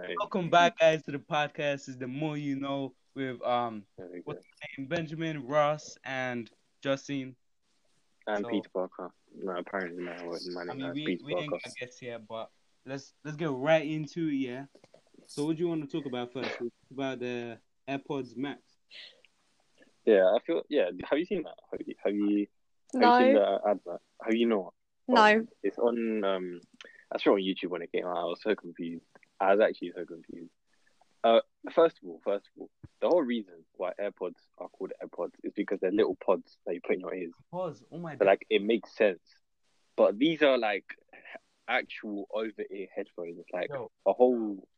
Hey. Welcome back, guys, to the podcast. Is the more you know with um There we go. What's and Benjamin, Ross, and Justin. And so- Peter Parker. No, apparently no, it wasn't I Manning. mean, uh, we, Peter we didn't Parker. get guests here, but let's let's get right into it. Yeah. So, what do you want to talk about first? We'll talk About the AirPods Max. Yeah, I feel. Yeah, have you seen that? Have you? Have you? Have you seen No, the advert? Have you not? no. It's on. Um, I saw it on YouTube when it came out. I was so confused. I was actually so confused. Uh, first of all, first of all, the whole reason why AirPods are called AirPods is because they're little pods that you put in your ears. Pause. Oh my. So God. like, it makes sense. But these are like actual over-ear headphones. It's like Yo, a whole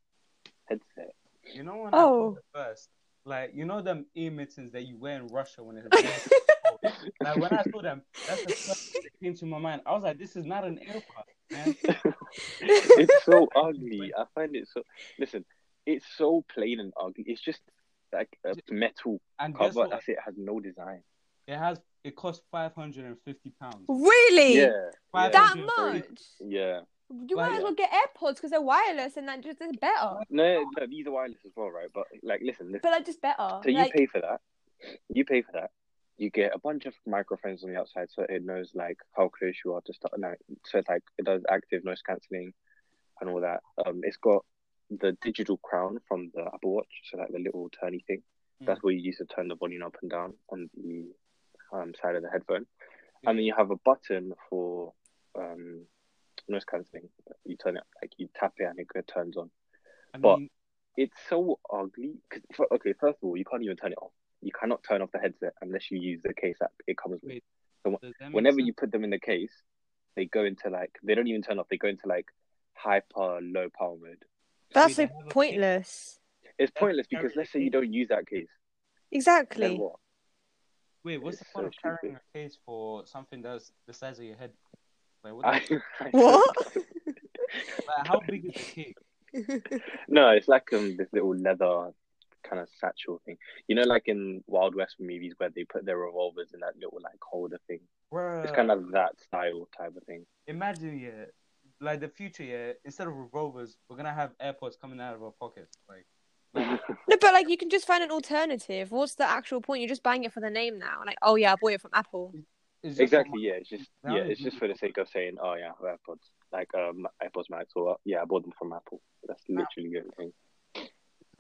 headset. you know when Oh. I saw it first, like you know them ear mittens that you wear in Russia when it's very cold? like when I saw them, that's the first thing that came to my mind. I was like, this is not an AirPod, man. it's so ugly. I find it so. Listen, it's so plain and ugly. It's just like a metal And guess cover. what? That's it. it Has no design. It has. It costs five hundred and fifty pounds. Really? Yeah. Five yeah, That Yeah. much? Yeah. You might as well get AirPods because they're wireless and that just is better. No, no, these are wireless as well, right? But like, listen, listen. But they're just better. So you like, pay for that. You pay for that. You get a bunch of microphones on the outside, so it knows like how close you are to start. No, so like it does active noise cancelling and all that. Um, it's got the digital crown from the Apple Watch, so like the little turny thing. That's where you use to turn the volume up and down on the um, side of the headphone. Hmm. And then you have a button for um, noise cancelling. You turn it like you tap it and it go- turns on I but- mean, it's so ugly because okay first of all you can't even turn it off you cannot turn off the headset unless you use the case app it comes with Wait, does that make whenever sense? you put them in the case they go into like they don't even turn off they go into like hyper low power mode that's Wait, so they have a pointless. it's That's pointless because very let's say you don't use that case then Exactly. what Wait, what's the It's point so of carrying stupid. a case for something that's the size of your head? Like, what I, the- I- What? like, how big is the case? no it's like um this little leather kind of satchel thing you know like in wild west movies where they put their revolvers in that little like holder thing Bruh, it's kind of that style type of thing imagine, yeah, like the future, yeah. Instead of revolvers, we're gonna have AirPods coming out of our pockets. Like, No, but like you can just find an alternative. What's the actual point? You're just buying it for the name now. Like, oh yeah, I bought it from Apple. it's just Exactly, a- yeah. It's just That yeah, would it's be just for the sake of saying, oh yeah, I have AirPods, like um, AirPods Max, or uh, yeah, I bought them from Apple. That's literally the only thing.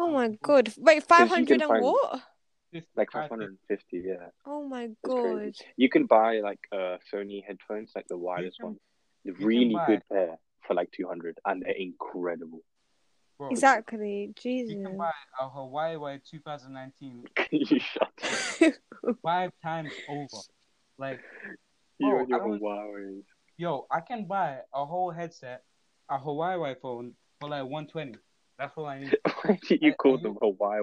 Oh my god. Wait, five hundred and find- what? 50, Like 550, yeah. it's Oh my crazy. god. You can buy like uh Sony headphones, like the wireless can- ones, the can really buy- good pair for like 200, and they're incredible. bro, Exactly. You Jesus. can buy a Hawaii White 2019 Can you shut up? five times over. Like, You Bro, and your Oh, I was- Huawei. yo, I can buy a whole headset, a Hawaii White phone for like 120. That's all I need. Why did you I- call I- them Hawaii?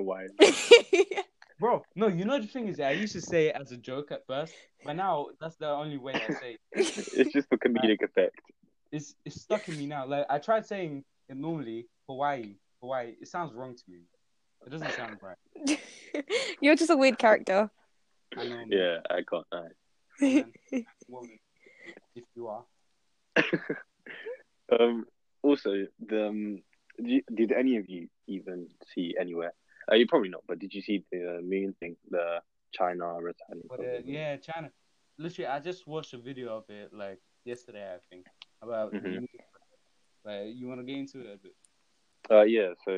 Bro, no, you know the thing is, I used to say it as a joke at first, but now that's the only way I say it. It's just for comedic effect. It's, it's stuck in me now. Like, I tried saying it normally, Hawaii, Hawaii. It sounds wrong to me. It doesn't sound right. You're just a weird character. I know, man. Yeah, I got that. Man, woman, if you are. Um, also, the um, did, you- did any of you even see anywhere? Uh, you probably not, but did you see the uh, moon thing, the China returning? But uh, yeah, China. Literally, I just watched a video of it like yesterday, I think, about the Mhm. news. like you want to get into it a bit. Uh, yeah. So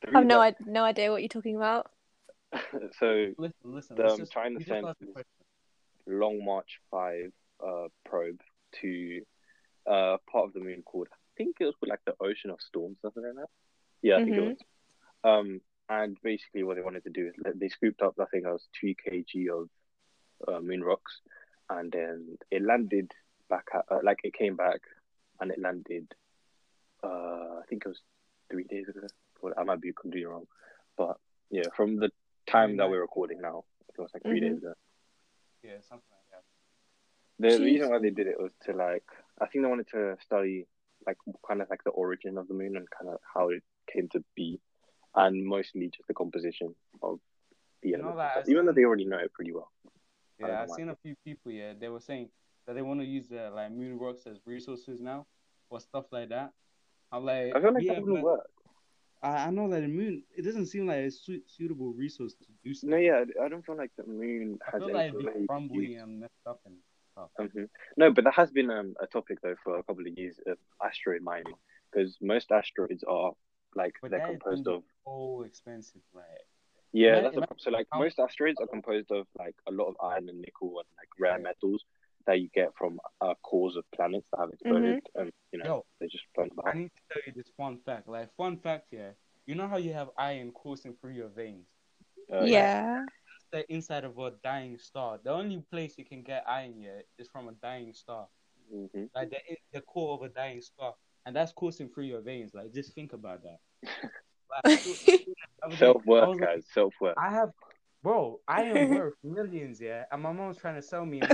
the I've no, reason- I- no idea what you're talking about. so Listen, listen. The, let's um, just- China we just sent- asked the question. Long March Five uh probe to uh part of the moon called I think it was called like the Ocean of Storms, something like that. Yeah, I think it Mhm. was. Um, and basically what they wanted to do is they scooped up I think it was two kg of uh, moon rocks, and then it landed back at, uh, like it came back, and it landed. Uh, I think it was three days ago. Well, I might be completely wrong, but yeah, from the time that we're recording now, it was like 3 days ago. Yeah, something like that. The Jeez. reason why they did it was to like, I think they wanted to study like kind of like the origin of the moon and kind of how it came to be, and mostly just the composition of the You know elements. that and I stuff, Even though said- they already know it pretty well. I don't Yeah, I've know why. seen a few people. Yeah, they were saying that they want to use the like moon rocks as resources now, or stuff like that. I'm like, I feel like yeah, that wouldn't but work. I, I know that the moon. It doesn't seem like a su- suitable resource to do stuff. No, yeah, I don't feel like the moon I has feel like anything that it'd be you could use. crumbly and messed up and stuff. Mhm. No, but that has been um, a topic though for a couple of years of asteroid mining because most asteroids are like But they're that is composed gonna of be so expensive, right? yeah. Ima- that's the ima- problem. so like how- most asteroids are composed of like a lot of iron and nickel and like rare metals that you get from uh, cores of planets that have exploded and you know Yo. they just burn Mm-hmm. I back. need to tell you this fun fact. Like fun fact here. You know how you have iron coursing through your veins? Uh, Oh, yeah. the inside of a dying star. The only place you can get iron yet is from a dying star, mhm. like the the core of a dying star, and that's coursing through your veins. Like just think about that. Like, I was like- Self I was work, like, guys. Self work. I have, bro. I am worth millions, yeah, and my mom's trying to sell me. a-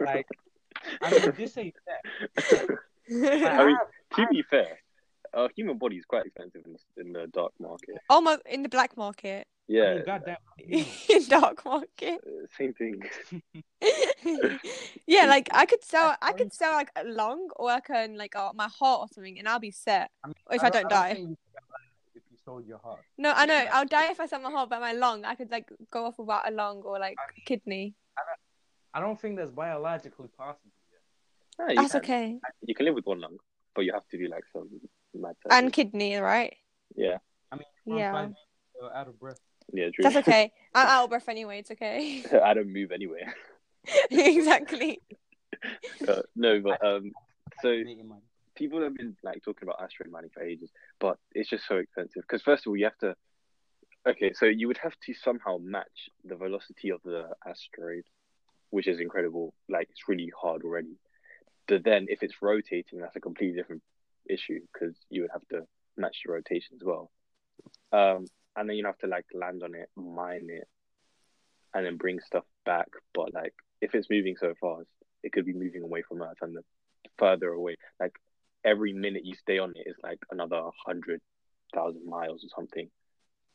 like, I mean, this ain't that. Like, I I mean- have- To be fair, our human body is quite expensive in the, in the dark market. oh my! In the black market, I Yeah, mean, goddamn, you know, in dark market. uh, same thing. yeah, like I could sell, I could sell like a lung, or I can like uh, my heart or something, and I'll be set. I mean, Or if I don't die. think you could die If you sold your heart, No, I know I'll die if I sell my heart, but my lung, I could like go off without a lung or like kidney. I don't think that's biologically possible. yeah. Yeah, you That's can. okay, You can live with one lung, but you have to do like some mad and surgery. kidney, right? yeah, I mean, you're Yeah. five minutes, you're out of breath. yeah, true. That's okay. I'm out of breath anyway. It's okay. I don't move anyway. exactly. Uh, no, but um, so Making money. people have been like talking about asteroid mining for ages, but it's just so expensive. Because first of all, you have to. Okay, so you would have to somehow match the velocity of the asteroid, which is incredible. Like it's really hard already. But then if it's rotating, that's a completely different issue because you would have to match the rotation as well. Um, and then you have to like land on it, mine it, and then bring stuff back. But like if it's moving so fast, it could be moving away from Earth, and the further away, like every minute you stay on it is like another hundred thousand miles or something.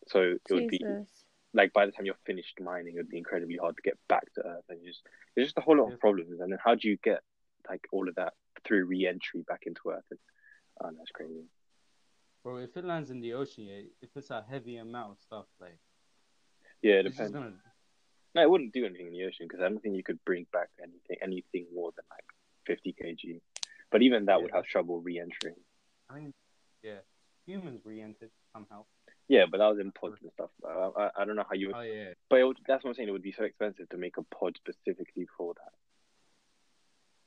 So it would be Jesus. like by the time you're finished mining, it would be incredibly hard to get back to Earth, and you just there's just a whole lot Yeah. of problems. And then how do you get like all of that through re-entry back into Earth? And, oh, that's crazy. Bro, if it lands in the ocean, yeah, if it's a heavy amount of stuff, like Yeah, it it's just depends. gonna. No, it wouldn't do anything in the ocean because I don't think you could bring back anything anything more than like 50 kg. But even that Yeah. would have trouble re-entering. I mean, yeah, humans re-entered somehow. Yeah, but that was in pods and stuff. I, I, I don't know how you would Oh yeah, But it would, that's what I'm saying. It would be so expensive to make a pod specifically for that.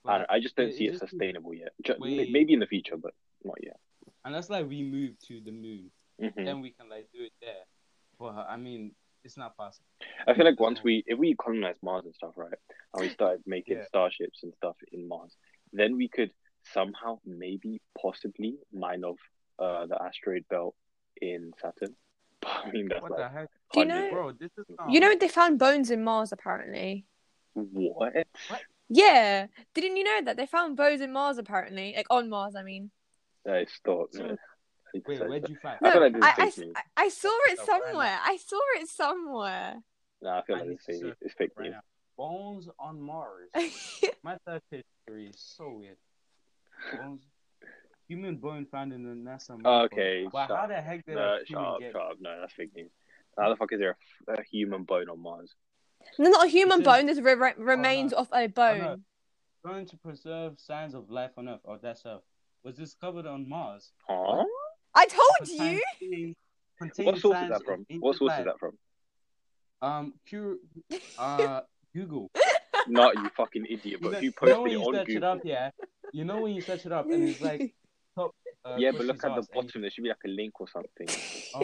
I, don't, I just don't it- see it it just- sustainable yet. Ju- may- Wait. Maybe in the future, but not yet. unless like we move to the moon, Mhm. then we can like do it there. But I mean, it's not possible. I feel like once we, if we colonize Mars and stuff, right, and we started making Yeah. starships and stuff in Mars, then we could somehow, maybe, possibly mine off uh, the asteroid belt in Saturn. But I mean, that's What the like heck, Do you hundred- know- bro? This is not, You Oh. know they found bones in Mars apparently. what? Yeah, didn't you know that they found bones in Mars apparently, like on Mars. I mean, That is thoughts. So- man. It's Wait, so- where'd you find? I feel No, like this I, is fake I, news. I, I saw it Oh, fair enough. somewhere. I saw it somewhere. Nah, I feel I like need it's to fake, search it's fake right news. now. Bones on Mars. My search history is so weird. Bones. Human bone found in the NASA. moon core. Okay, But how stop. the heck did No, a shut human up, get? shut up. No, that's fake news. How the fuck is there a, f- a human bone on Mars? No, not a human Because- bone. There's re- Oh, re- remains of a bone. going to preserve signs of life on Earth, or that's Earth, was discovered on Mars. Huh? I told Contain- Oh, you. contain What source is signs that of from? What ancient source is life. that from? Um, cure, uh, Google. Not you fucking idiot, You but know- who you know posted when it you on search it Google? up, yeah. You know when you search it up, and it's like, uh, yeah, but look Cushy's at the ass, and bottom. There should be like a link or something. you-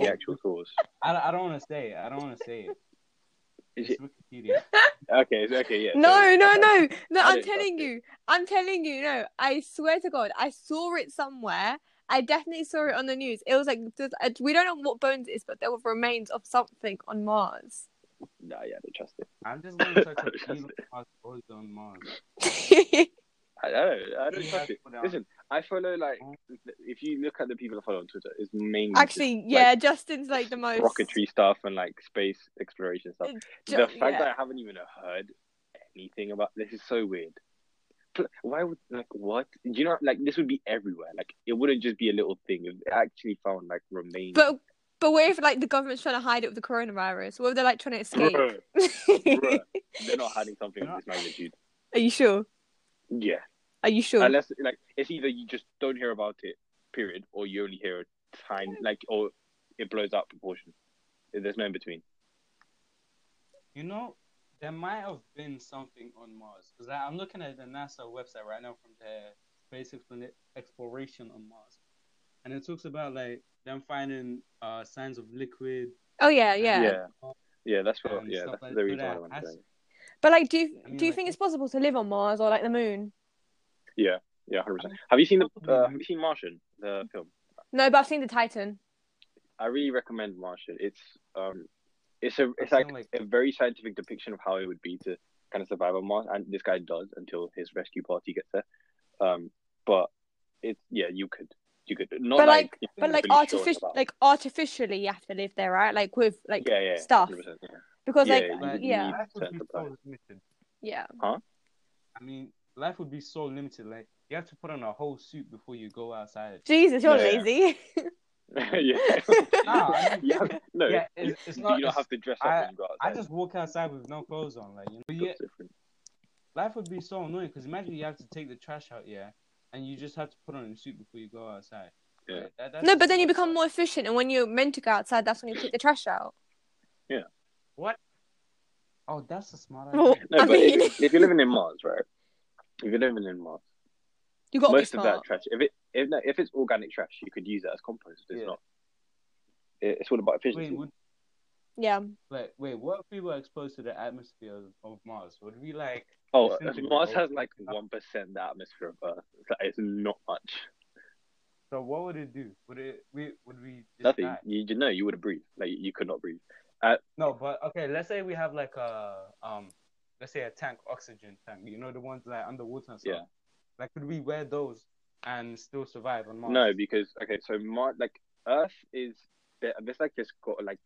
The oh, actual source. I, I don't want to say it. I don't want to say it. Is It's Wikipedia. Okay, it's- okay, yeah. No, so- no, okay. no, no! I I'm didn't touch telling it. you, I'm telling you. No, I swear to God, I saw it somewhere. I definitely saw it on the news. It was like there's- uh, we don't know what bones it is, but there were remains of something on Mars. Nah, yeah, I don't trust it. I'm just going to search I up don't trust Elon Musk bones on Mars. I, I don't, I don't Yeah, trust it. put it on. Listen, I follow like, if you look at the people I follow on Twitter, it's mainly just Actually, yeah, Justin's like the most rocketry stuff and like space exploration stuff. Ju- the fact yeah. that I haven't even heard anything about this is so weird. pl- why would like what? You know, like this would be everywhere. Like it wouldn't just be a little thing. If they actually found like remains. But but what if like the government's trying to hide it with the coronavirus? What if they're like trying to escape? Bruh, bruh, they're not hiding something of this magnitude. Are you sure? Yeah. Are you sure? Unless like it's either you just don't hear about it, period, or you only hear a tiny like or it blows out proportion. There's no in between. You know, there might have been something on Mars because I'm looking at the NASA website right now from their space explan- exploration on Mars, and it talks about like them finding uh, signs of liquid. oh yeah, yeah, Yeah. Yeah, that's what. and yeah, stuff that's like the that. reason why I That want has- to say. But like, do you, I mean, do you like- think it's possible to live on Mars or like the moon? Yeah, hundred percent. Have you seen the? Uh, have you seen Martian, the film? No, but I've seen the Titan. I really recommend Martian. It's um, it's a it's I like feel like- a very scientific depiction of how it would be to kind of survive on Mars, and this guy does until his rescue party gets there. Um, but it's yeah, you could you could not But, like, like- But really like sure artificial, about- like artificially, you have to live there, right? Like with like yeah yeah stuff. 100%, yeah. because Yeah, like yeah, But yeah. life would Sense be of so life. limited. yeah. I mean, life would be so limited. Like you have to put on a whole suit before you go outside. Jesus, you're Yeah. lazy. yeah. Nah, I mean, You have- no, yeah, you, it's, it's you not. do not it's- have to dress up when you go I outside. just walk outside with no clothes on, like you know. But That's yeah, different. life would be so annoying because imagine you have to take the trash out, yeah, and you just have to put on a suit before you go outside. Yeah. Like, that- that's no, just but then you fucked become up. more efficient, and when you're meant to go outside, that's when you take the trash out. Oh, that's a smart Well, idea. No, I but if- mean, if, you're living in Mars, right? If you're living in Mars, you got to be most of smart. that trash, if it if no, if it's organic trash, you could use it as compost. It's Yeah. not. It, it's all about efficiency. Wait, would, Yeah, like, wait, what if we were exposed to the atmosphere of, of Mars? Would we like? oh, Essentially, Mars both. has like one percent the atmosphere of Earth. It's, like, it's not much. So what would it do? Would it? We would we? Just Nothing. die? You, you know, you would have breathed. Like you could not breathe. No, but okay. Let's say we have like a um, let's say a tank, oxygen tank. You know the ones like underwater. And stuff. Yeah. Like, could we wear those and still survive on Mars? No, because okay, so Mars, like Earth is there- there's like this go- like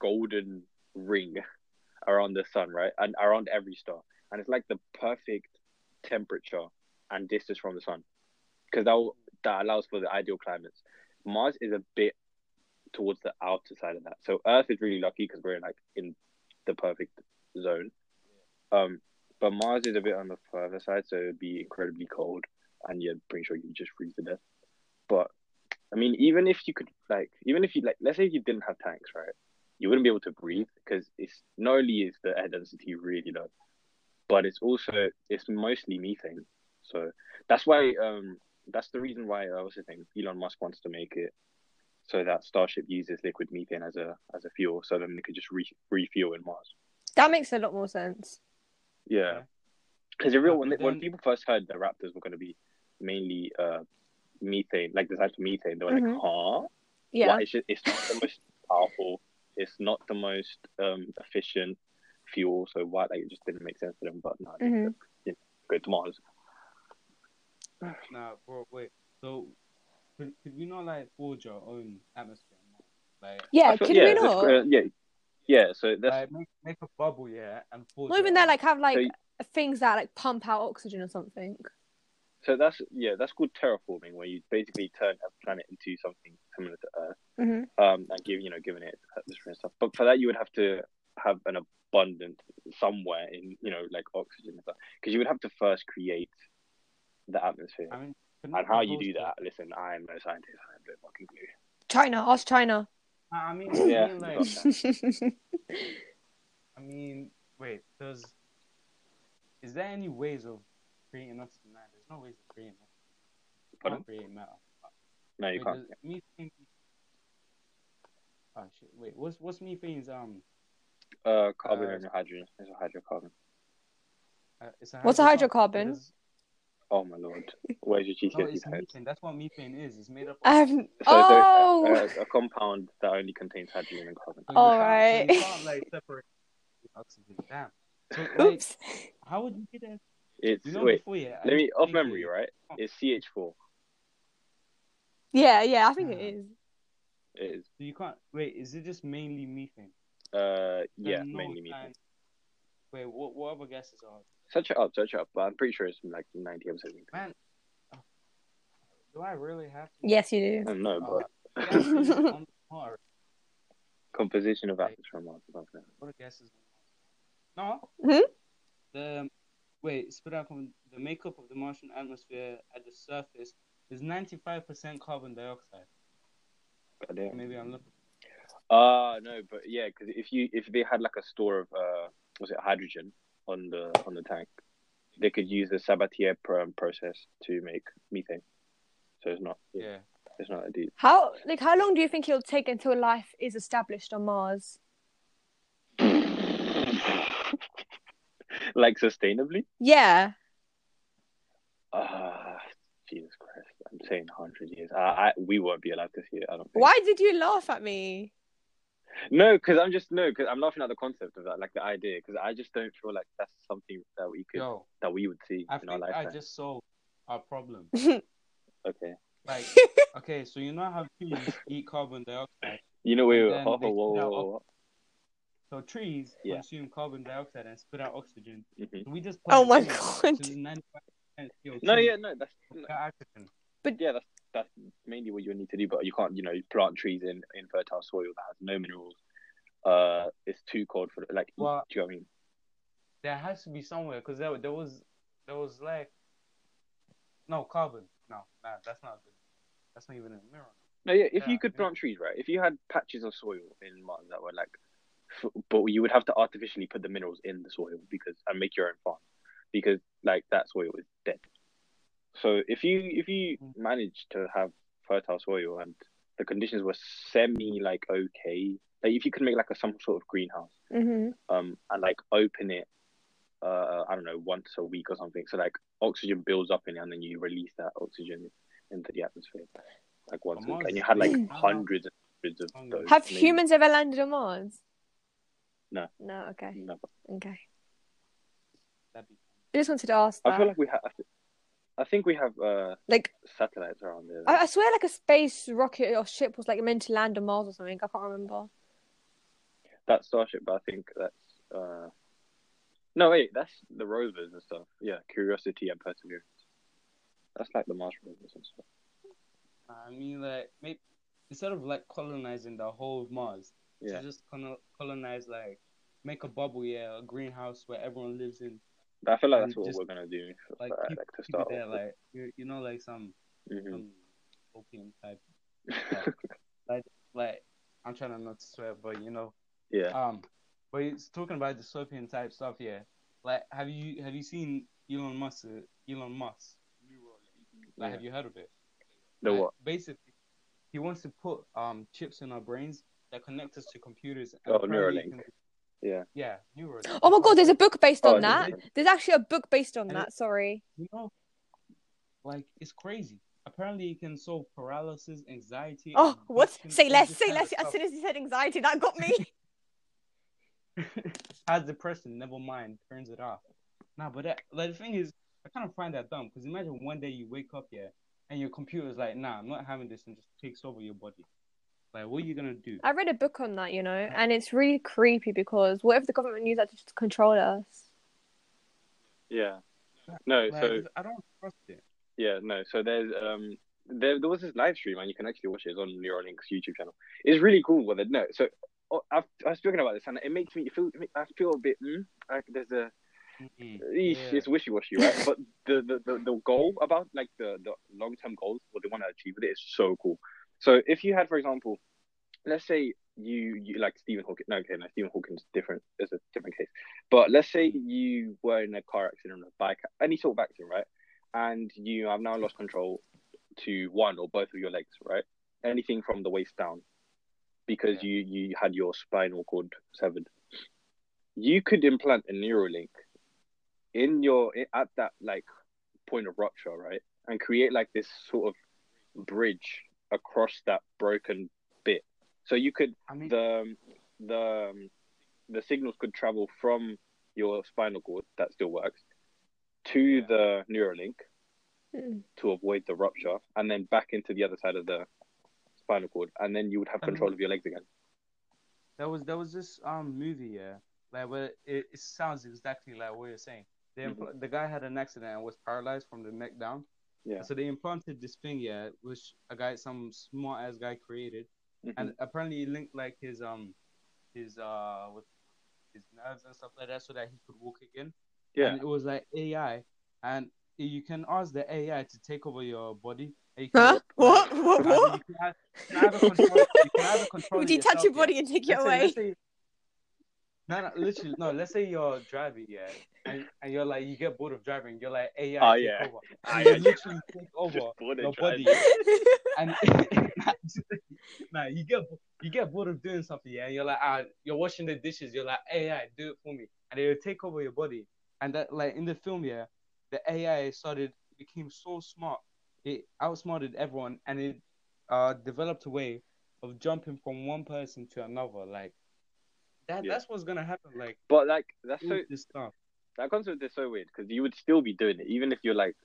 golden ring around the sun, right, and around every star, and it's like the perfect temperature and distance from the sun, because that will- that allows for the ideal climates. Mars is a bit towards the outer side of that, so Earth is really lucky because we're like in the perfect zone. Um, but Mars is a bit on the further side, so it'd be incredibly cold, and you're pretty sure you just freeze to death. But I mean, even if you could, like, even if you like, let's say you didn't have tanks, right? You wouldn't be able to breathe because it's not only is the air density really low, but it's also it's mostly methane. So that's why um that's the reason why I was saying Elon Musk wants to make it so that Starship uses liquid methane as a as a fuel, so then they could just re- refuel in Mars. that makes a lot more sense. Yeah. Yeah. Because the real when, But when then- people first heard the Raptors were going to be mainly uh, methane, like designed for methane, they were like, Mhm. huh? Yeah, Why? It's, just, it's not the most powerful, it's not the most um, efficient fuel, so why? Like, it just didn't make sense to them, but no, Mhm. you know, go to Mars. Nah, bro. Wait. So, could, could we not like forge our own atmosphere? on Mars? Like, yeah. I feel- Could yeah, we that's- not? uh, yeah, yeah, so that's. like make, make a bubble, yeah, and forge. Not even our that. Like have like So- things that like pump out oxygen or something. so that's yeah, that's called terraforming, where you basically turn a planet into something similar to Earth. Mhm. um, and give you know giving it atmosphere and stuff. But for that, you would have to have an abundant somewhere in you know like oxygen and stuff because you would have to first create the atmosphere. own- I mean, couldn't and how we you do host that? Listen, I am no scientist. I have no fucking clue. China, ask China. a- I mean, I Yeah. mean, like, Okay. Um, I mean, wait. Does is there any ways of creating oxygen? Nah, There's no ways of creating. oxygen. You can't Pardon? create matter. No, you Wait, can't. does methane- Oh shit! Wait, what's what's methane's um? Uh, carbon Uh, and hydrogen. It's a hydrocarbon. Uh, it's a What's a hydrocarbon? It is- Oh my lord. Where's your GCSE No, oh, it's type? methane. That's what methane is. It's made up. I have. So oh, they're, uh, a compound that only contains hydrogen and carbon. So you All can't- so right. you can't, like separate the oxygen. Damn. So, uh, like, oops. how would you get that? It's You know, wait. before yeah. I Let me used to off think memory, that- right? It's CH4. Yeah, yeah. I think it Uh, Ah. is. It is. So you can't wait. Is it just mainly methane? Uh, There's yeah, no mainly methane. sign- Wait, what, what other gases are? Search it up, search it up. But I'm pretty sure it's from like 90 episodes. Man, oh, do I really have to? Yes, I you don't know, Uh, but yeah, I've seen it on par. composition of atmosphere and Mars above that. What a guess is No. Hmm? The wait, spit out from the makeup of the Martian atmosphere at the surface is ninety five percent carbon dioxide. But yeah. Maybe I'm looking. Uh no, but yeah, because if you if they had like a store of uh was it hydrogen on the on the tank, they could use the Sabatier pr- um, process to make methane. So it's not yeah, Yeah. it's not a deep. How like how long do you think it'll take until life is established on Mars? like sustainably. Yeah. Ah, Jesus Christ! I'm saying hundred years. I, I we won't be allowed to see it. I don't. Think. Why did you laugh at me? No, because I'm just no, because I'm laughing at the concept of that, like the idea, because I just don't feel like that's something that we could Yo, that we would see I in our think I lifetime. just solved our problem. Okay. Like, okay, so you know how trees eat carbon dioxide. You know, wait, And wait, then oh, they whoa, whoa, spit out whoa, So trees Yeah. consume carbon dioxide and spit out oxygen. whoa. Mhm. So we just Oh plant my trees god. to the 95% CO2 No, yeah, no, that's no, without oxygen. yeah, that's that's mainly what you need to do, but you can't, you know, plant trees in in fertile soil that has no minerals. Uh, it's too cold for like. Well- do you know what I mean? There has to be somewhere because there, there was there was like no carbon. No, nah, that's not good. That's not even a mirror. No, yeah. If Yeah, you could yeah. plant trees, right? If you had patches of soil in Mars that were like, f- but you would have to artificially put the minerals in the soil because and make your own farm because like that soil is dead. So if you if you Mm. manage to have fertile soil and the conditions were semi like okay, like if you could make like a some sort of greenhouse, hmm um, and like open it, uh, I don't know, once a week or something. So like oxygen builds up in it, and then you release that oxygen into the atmosphere, like once a week. Mars And you is had like big. hundreds and hundreds of Hungry. those. Have maybe. humans ever landed on Mars? No. No, okay. No, but Okay. That'd be I just wanted to ask I that. feel like we have. I, th- I think we have uh, like satellites around there. I, I swear like a space rocket or ship was like meant to land on Mars or something. I can't remember. that's Starship, but I think that's. Uh... No, wait, that's the rovers and stuff. Yeah, Curiosity and Perseverance. That's like the Mars rovers and stuff. I mean, like, maybe instead of like colonizing the whole of Mars, Yeah. to just colo- colonize, like, make a bubble, yeah, a greenhouse where everyone lives in, But I feel like And that's what just, we're gonna do. for- like, uh, keep like to people start. there, off like, um, you, you know, like some, with. Mhm. some opium type. like- like, like, I'm trying to not to swear, but you know, yeah. um, but it's talking about dystopian type stuff, yeah. Like, have you have you seen Elon Musk? uh, Elon Musk. Like, Yeah. have you heard of it? The Like, what? Basically, he wants to put um chips in our brains that connect us to computers. Oh, apparently Neuralink. you can- Yeah. Yeah, Neuralink. Oh my god, there's a book based on Oh, that. there's- There's actually a book based on And that, sorry. You know, like it's crazy. Apparently, it can solve paralysis, anxiety. Oh, what? addiction, Say all less, this say kind of less. As stuff. soon as you said anxiety, that got me. Has depression, never mind, turns it off. Nah, but that, like the thing is, I kind of find that dumb because imagine one day you wake up yeah, and your computer's like, nah, I'm not having this, and just takes over your body. Like, what are you gonna do? I read a book on that, you know, and it's really creepy because what if the government used that to just control us? Yeah. No, Like, so I don't trust it. yeah, no. So there's um there there was this live stream and you can actually watch it. It's on Neuralink's YouTube channel. It's really cool what they no. So oh, I've, I was talking about this and it makes me feel I feel a bit mm, like there's a Mm-mm. eesh, Yeah. it's wishy washy, right? but the, the, the, the goal about like the, the long term goals, what they want to achieve with it is so cool. So if you had, for example, let's say you, you like Stephen Hawking. No, okay, no, Stephen Hawking's different. It's a different case. But let's say Mm. you were in a car accident, or a bike, any sort of accident, right? And you have now lost control to one or both of your legs, right? Anything from the waist down, because Yeah. you you had your spinal cord severed. You could implant a Neuralink in your at that like point of rupture, right, and create like this sort of bridge across that broken bit. So you could I mean, the the um, the signals could travel from your spinal cord that still works to Yeah. the Neuralink Hmm. to avoid the rupture, and then back into the other side of the spinal cord, and then you would have Um, control of your legs again. There was there was this um movie yeah, like where it, it sounds exactly like what you're saying. They Mm-hmm. impl- the guy had an accident and was paralyzed from the neck down. Yeah. So they implanted this thing, yeah, which a guy, some smart ass guy created, Mm-hmm. and apparently it linked like his um, his uh, with his nerves and stuff like that, so that he could walk again. yeah, and it was like AI, and you can ask the AI to take over your body. and you can- Huh? What? like, What? either What? You can, ei- you can either control, you can either control Would it you touch yourself, your yeah. body and take it Let's say- away? let's say- no, no, literally, no. Let's say you're driving, yeah, and, and you're like, you get bored of driving. You're like, AI, Oh, take yeah. over. Ah, And you yeah, yeah. literally take over Just bored your and driving. body, and nah, you get bo- you get bored of doing something, yeah. And you're like, ah, you're washing the dishes. You're like, AI, do it for me, and it'll take over your body. And that, like in the film, yeah, the AI started became so smart, it outsmarted everyone, and it uh developed a way of jumping from one person to another. Like that, Yeah. that's what's gonna happen. Like But like that's so with this stuff. that concept is so weird because you would still be doing it even if you're like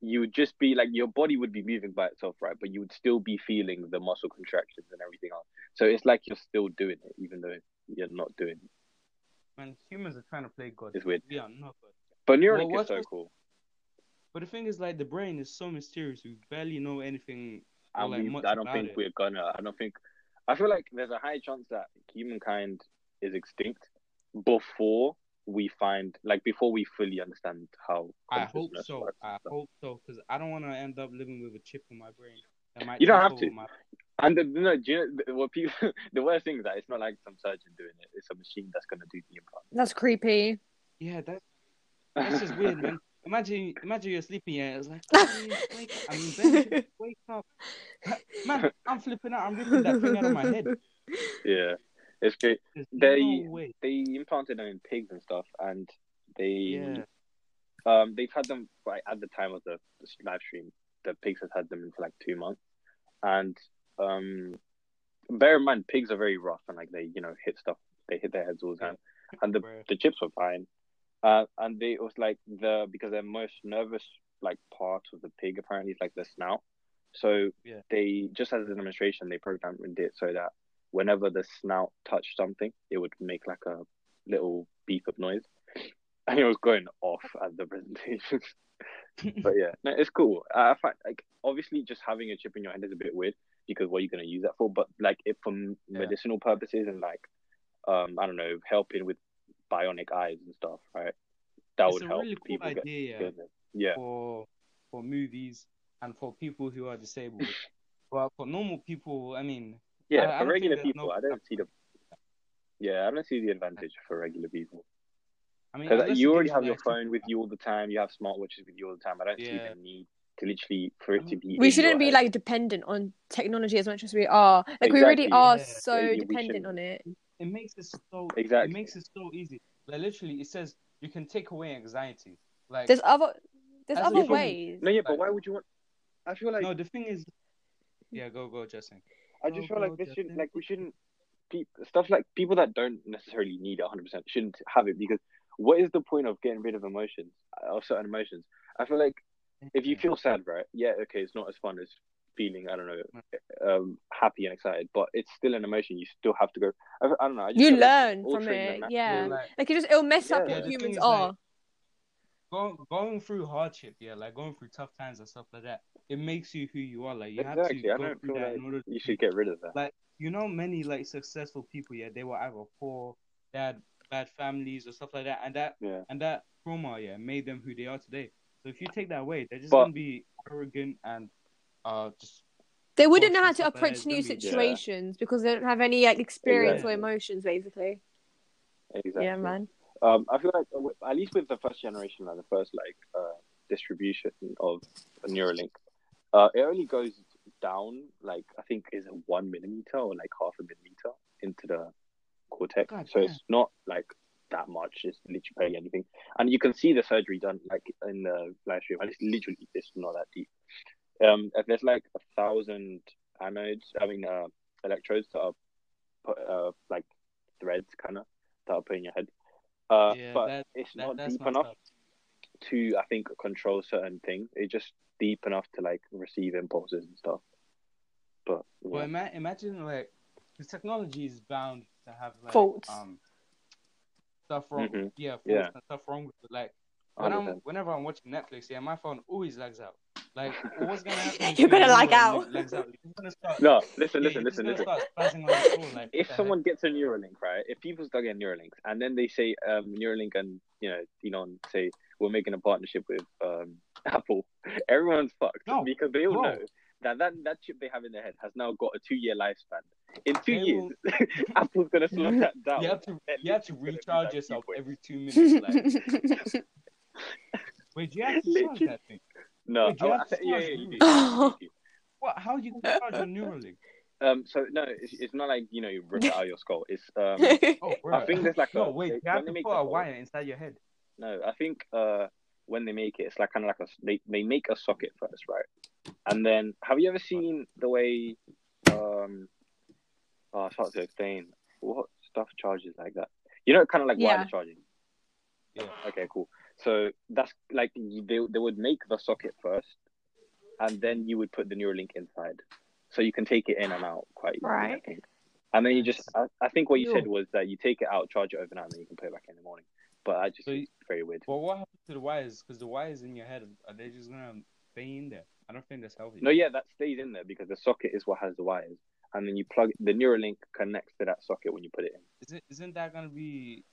you would just be like your body would be moving by itself right but you would still be feeling the muscle contractions and everything else so it's like you're still doing it even though you're not doing it Man, humans are trying to play God. it's weird We are not God. but neuralink Well, is so what's- cool But the thing is, like, the brain is so mysterious. We barely know anything. or, and like, we, much i don't about think it. we're gonna i don't think i feel like there's a high chance that humankind is extinct before we find like before we fully understand how I hope consciousness so. works and I stuff. hope so because I don't want to end up living with a chip in my brain. That might You don't take have over to. My... And the, no, do you know, the, what people, the worst thing is that it's not like some surgeon doing it. It's a machine that's going to do the implant. That's creepy. Yeah, that, that's just weird, man. Imagine, imagine you're sleeping yeah, it's like, "Please, wake up. I'm in bed, just wake up. Man, I'm flipping out. I'm ripping that thing out of my head. yeah, it's great. There's They- no way. They implanted them in pigs and stuff, and they Yeah. um they've had them like at the time of the live stream. The pigs have had them in for like two months, and um, bear in mind pigs are very rough and like they you know hit stuff. They hit their heads all the time, and the bruh. the chips were fine. Uh, and they it was like the because their most nervous like part of the pig apparently is like the snout. So Yeah. they just as a demonstration they programmed it so that whenever the snout touched something, it would make like a little beep of noise. And it was going off at the presentation. but yeah, no, it's cool. I I find like obviously just having a chip in your head is a bit weird because what are you gonna use that for? But like if for m- Yeah. medicinal purposes and like um I don't know, helping with bionic eyes and stuff, right? That It's would a help really cool people get idea. yeah. together. Yeah. for for movies and for people who are disabled. but for normal people, I mean, I- I Yeah, don't for think regular there's people, no- I don't see the yeah, I don't see the advantage for regular people I mean, because unless you it already gives have your like- phone with you all the time. You have smartwatches with you all the time. I don't see Yeah. Um, the need to literally for it to be. in We your shouldn't be head. like dependent on technology as much as we are. Like we really Exactly. are Yeah. so Yeah, we dependent shouldn't. on it. it makes it so exactly. it makes it so easy. Like literally, it says you can take away anxiety. Like There's other there's As other a human- ways. no, yeah, but like- why would you want? I feel like no, the thing is, yeah, go go, Justin. I just feel like Robo this shouldn't Justin. like we shouldn't pe- stuff like people that don't necessarily need it 100 percent shouldn't have it because what is the point of getting rid of emotions uh, of certain emotions? I feel like if Mm. you feel sad, right? Yeah, okay, it's not as fun as feeling I don't know Mm. um, happy and excited, but it's still an emotion. You still have to go. I, I don't know. I just You feel like learn from altering the it, nat- yeah. like, Like it just it'll mess up Yeah. what The thing humans is, are. like, go, going through hardship, yeah, like going through tough times and stuff like that, it makes you who you are. Like you Exactly, I have to go don't through feel that like in order. you to should get rid of that. like you know many like successful people yeah they were either poor they had bad families or stuff like that and that Yeah. and that trauma yeah made them who they are today so if you take that away they're just But- gonna be arrogant and uh just They wouldn't know how course, to it's not bad, approach new it's gonna be- situations because they don't have any like experience Exactly. or emotions basically. Exactly. Yeah, man. Um, I feel like uh, w- at least with the first generation, like the first like uh, distribution of Neuralink, uh, it only goes down like I think is it one millimeter or like half a millimeter into the cortex. God so damn. it's not like that much. It's literally barely anything, and you can see the surgery done like in the live stream. And it's literally it's not that deep. Um, and there's like a thousand anodes. I mean, uh, electrodes that are put, uh, like threads kind of that are put in your head. Uh, Yeah, but that- it's that, not that's deep messed enough up. to I think control certain things. It's just deep enough to like receive impulses and stuff. But Well, yeah. ima- imagine like the technology is bound to have like Faults. um stuff wrong. Mhm. Yeah, faults Yeah. and stuff wrong with it. Like When I'm, 100%. whenever I'm watching Netflix, yeah, my phone always lags out. Like, what's gonna happen? You're to gonna you when lag you out. Lags out. You're gonna start, No, listen, yeah, listen, you're listen, listen. just gonna start spazzing on the floor, like, If what the someone gets a Neuralink, right? If people's dug in Neuralinks and then they say um, Neuralink and you know Elon say we're making a partnership with um, Apple, everyone's fucked No, because they all no. know that, that that chip they have in their head has now got a two-year lifespan. In two They years, Apple's gonna slow that heck? down. you have to At you have to least it's gonna be recharge like yourself 2.0. every two minutes. Like, oh wait, do you have to charge Literally. that thing? No, Wait, do you oh, have I think- to yeah, charge yeah, you them? do, you do. you What? How are you gonna charge a Neuralink? do. Um, so no, it's, it's not like you know you rip it out of your skull. It's um, Oh, bro. I think there's like no, a wait, they- you have when to they put make a the whole- wire inside your head. No, I think uh, when they make it, it's like kind of like a they, they make a socket first, right? And then have you ever seen the way um oh it's hard to explain. What stuff charges like that? You know kind of like Yeah. wireless charging. Yeah. Okay, cool. So that's like you- they they would make the socket first and then you would put the Neuralink inside. So you can take it in and out quite easily. I Right. think. And then you just I, I think what you Yo. said was that you take it out, charge it overnight, and then you can put it back in the morning. But I just So you- it's very weird. But what happened to the wires? Because the wires in your head are they just gonna stay in there? I don't think that's healthy. No, yeah, that stays in there because the socket is what has the wires, and then you plug the Neuralink connects to that socket when you put it in. Isn't isn't that gonna be?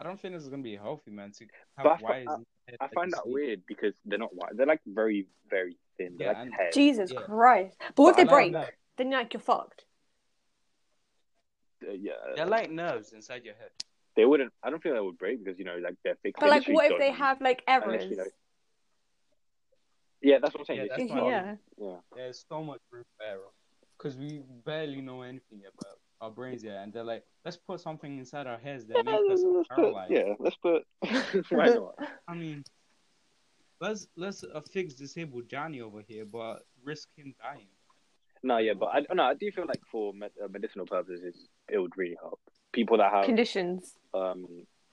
I don't think this is gonna be healthy, man. To have But I fi- wires. in your head I that find you that sleep. weird because they're not wires; they're like very, very thin. They're Yeah, like and- hair. Jesus Yeah. Christ! But what But if they I They're like break? nerves. Then like you're fucked. Uh, yeah, They're like nerves inside your head. they wouldn't. I don't feel they would break because you know, like they're fixed. But like, literally what if they don't- have like unless errors? you know- Yeah, that's what I'm saying. Yeah, It's that's just what- not- yeah. yeah. There's so much room for error because we barely know anything about our brains yet, and they're like, let's put something inside our heads that Yeah, makes us let's put, paralyzed. yeah, let's put. Why not? I mean, let's let's affix disabled Johnny over here, but risk him dying. No, yeah, but I no, I do feel like for med- uh, medicinal purposes, it would really help people that have Conditions. um,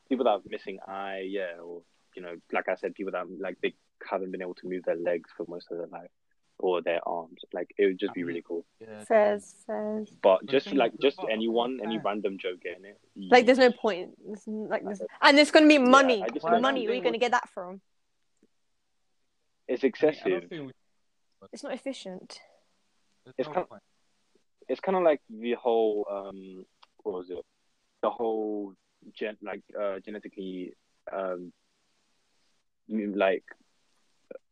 people that have missing eye, yeah, or you know, like I said, people that like they haven't been able to move their legs for most of their life or their arms. Like it would just be really cool. Yeah. Says says. But But just thing like is, just what- anyone, any yeah. random joke getting it. Like, there's no point. There's, n- like, there's... and there's gonna be money. I just don't money. think Where are you we- gonna get that from? It's I mean, I excessive. don't think we- It's not efficient. there's It's no kind- point. It's kind of like the whole um, what was it? The whole gen like uh, genetically um, m- like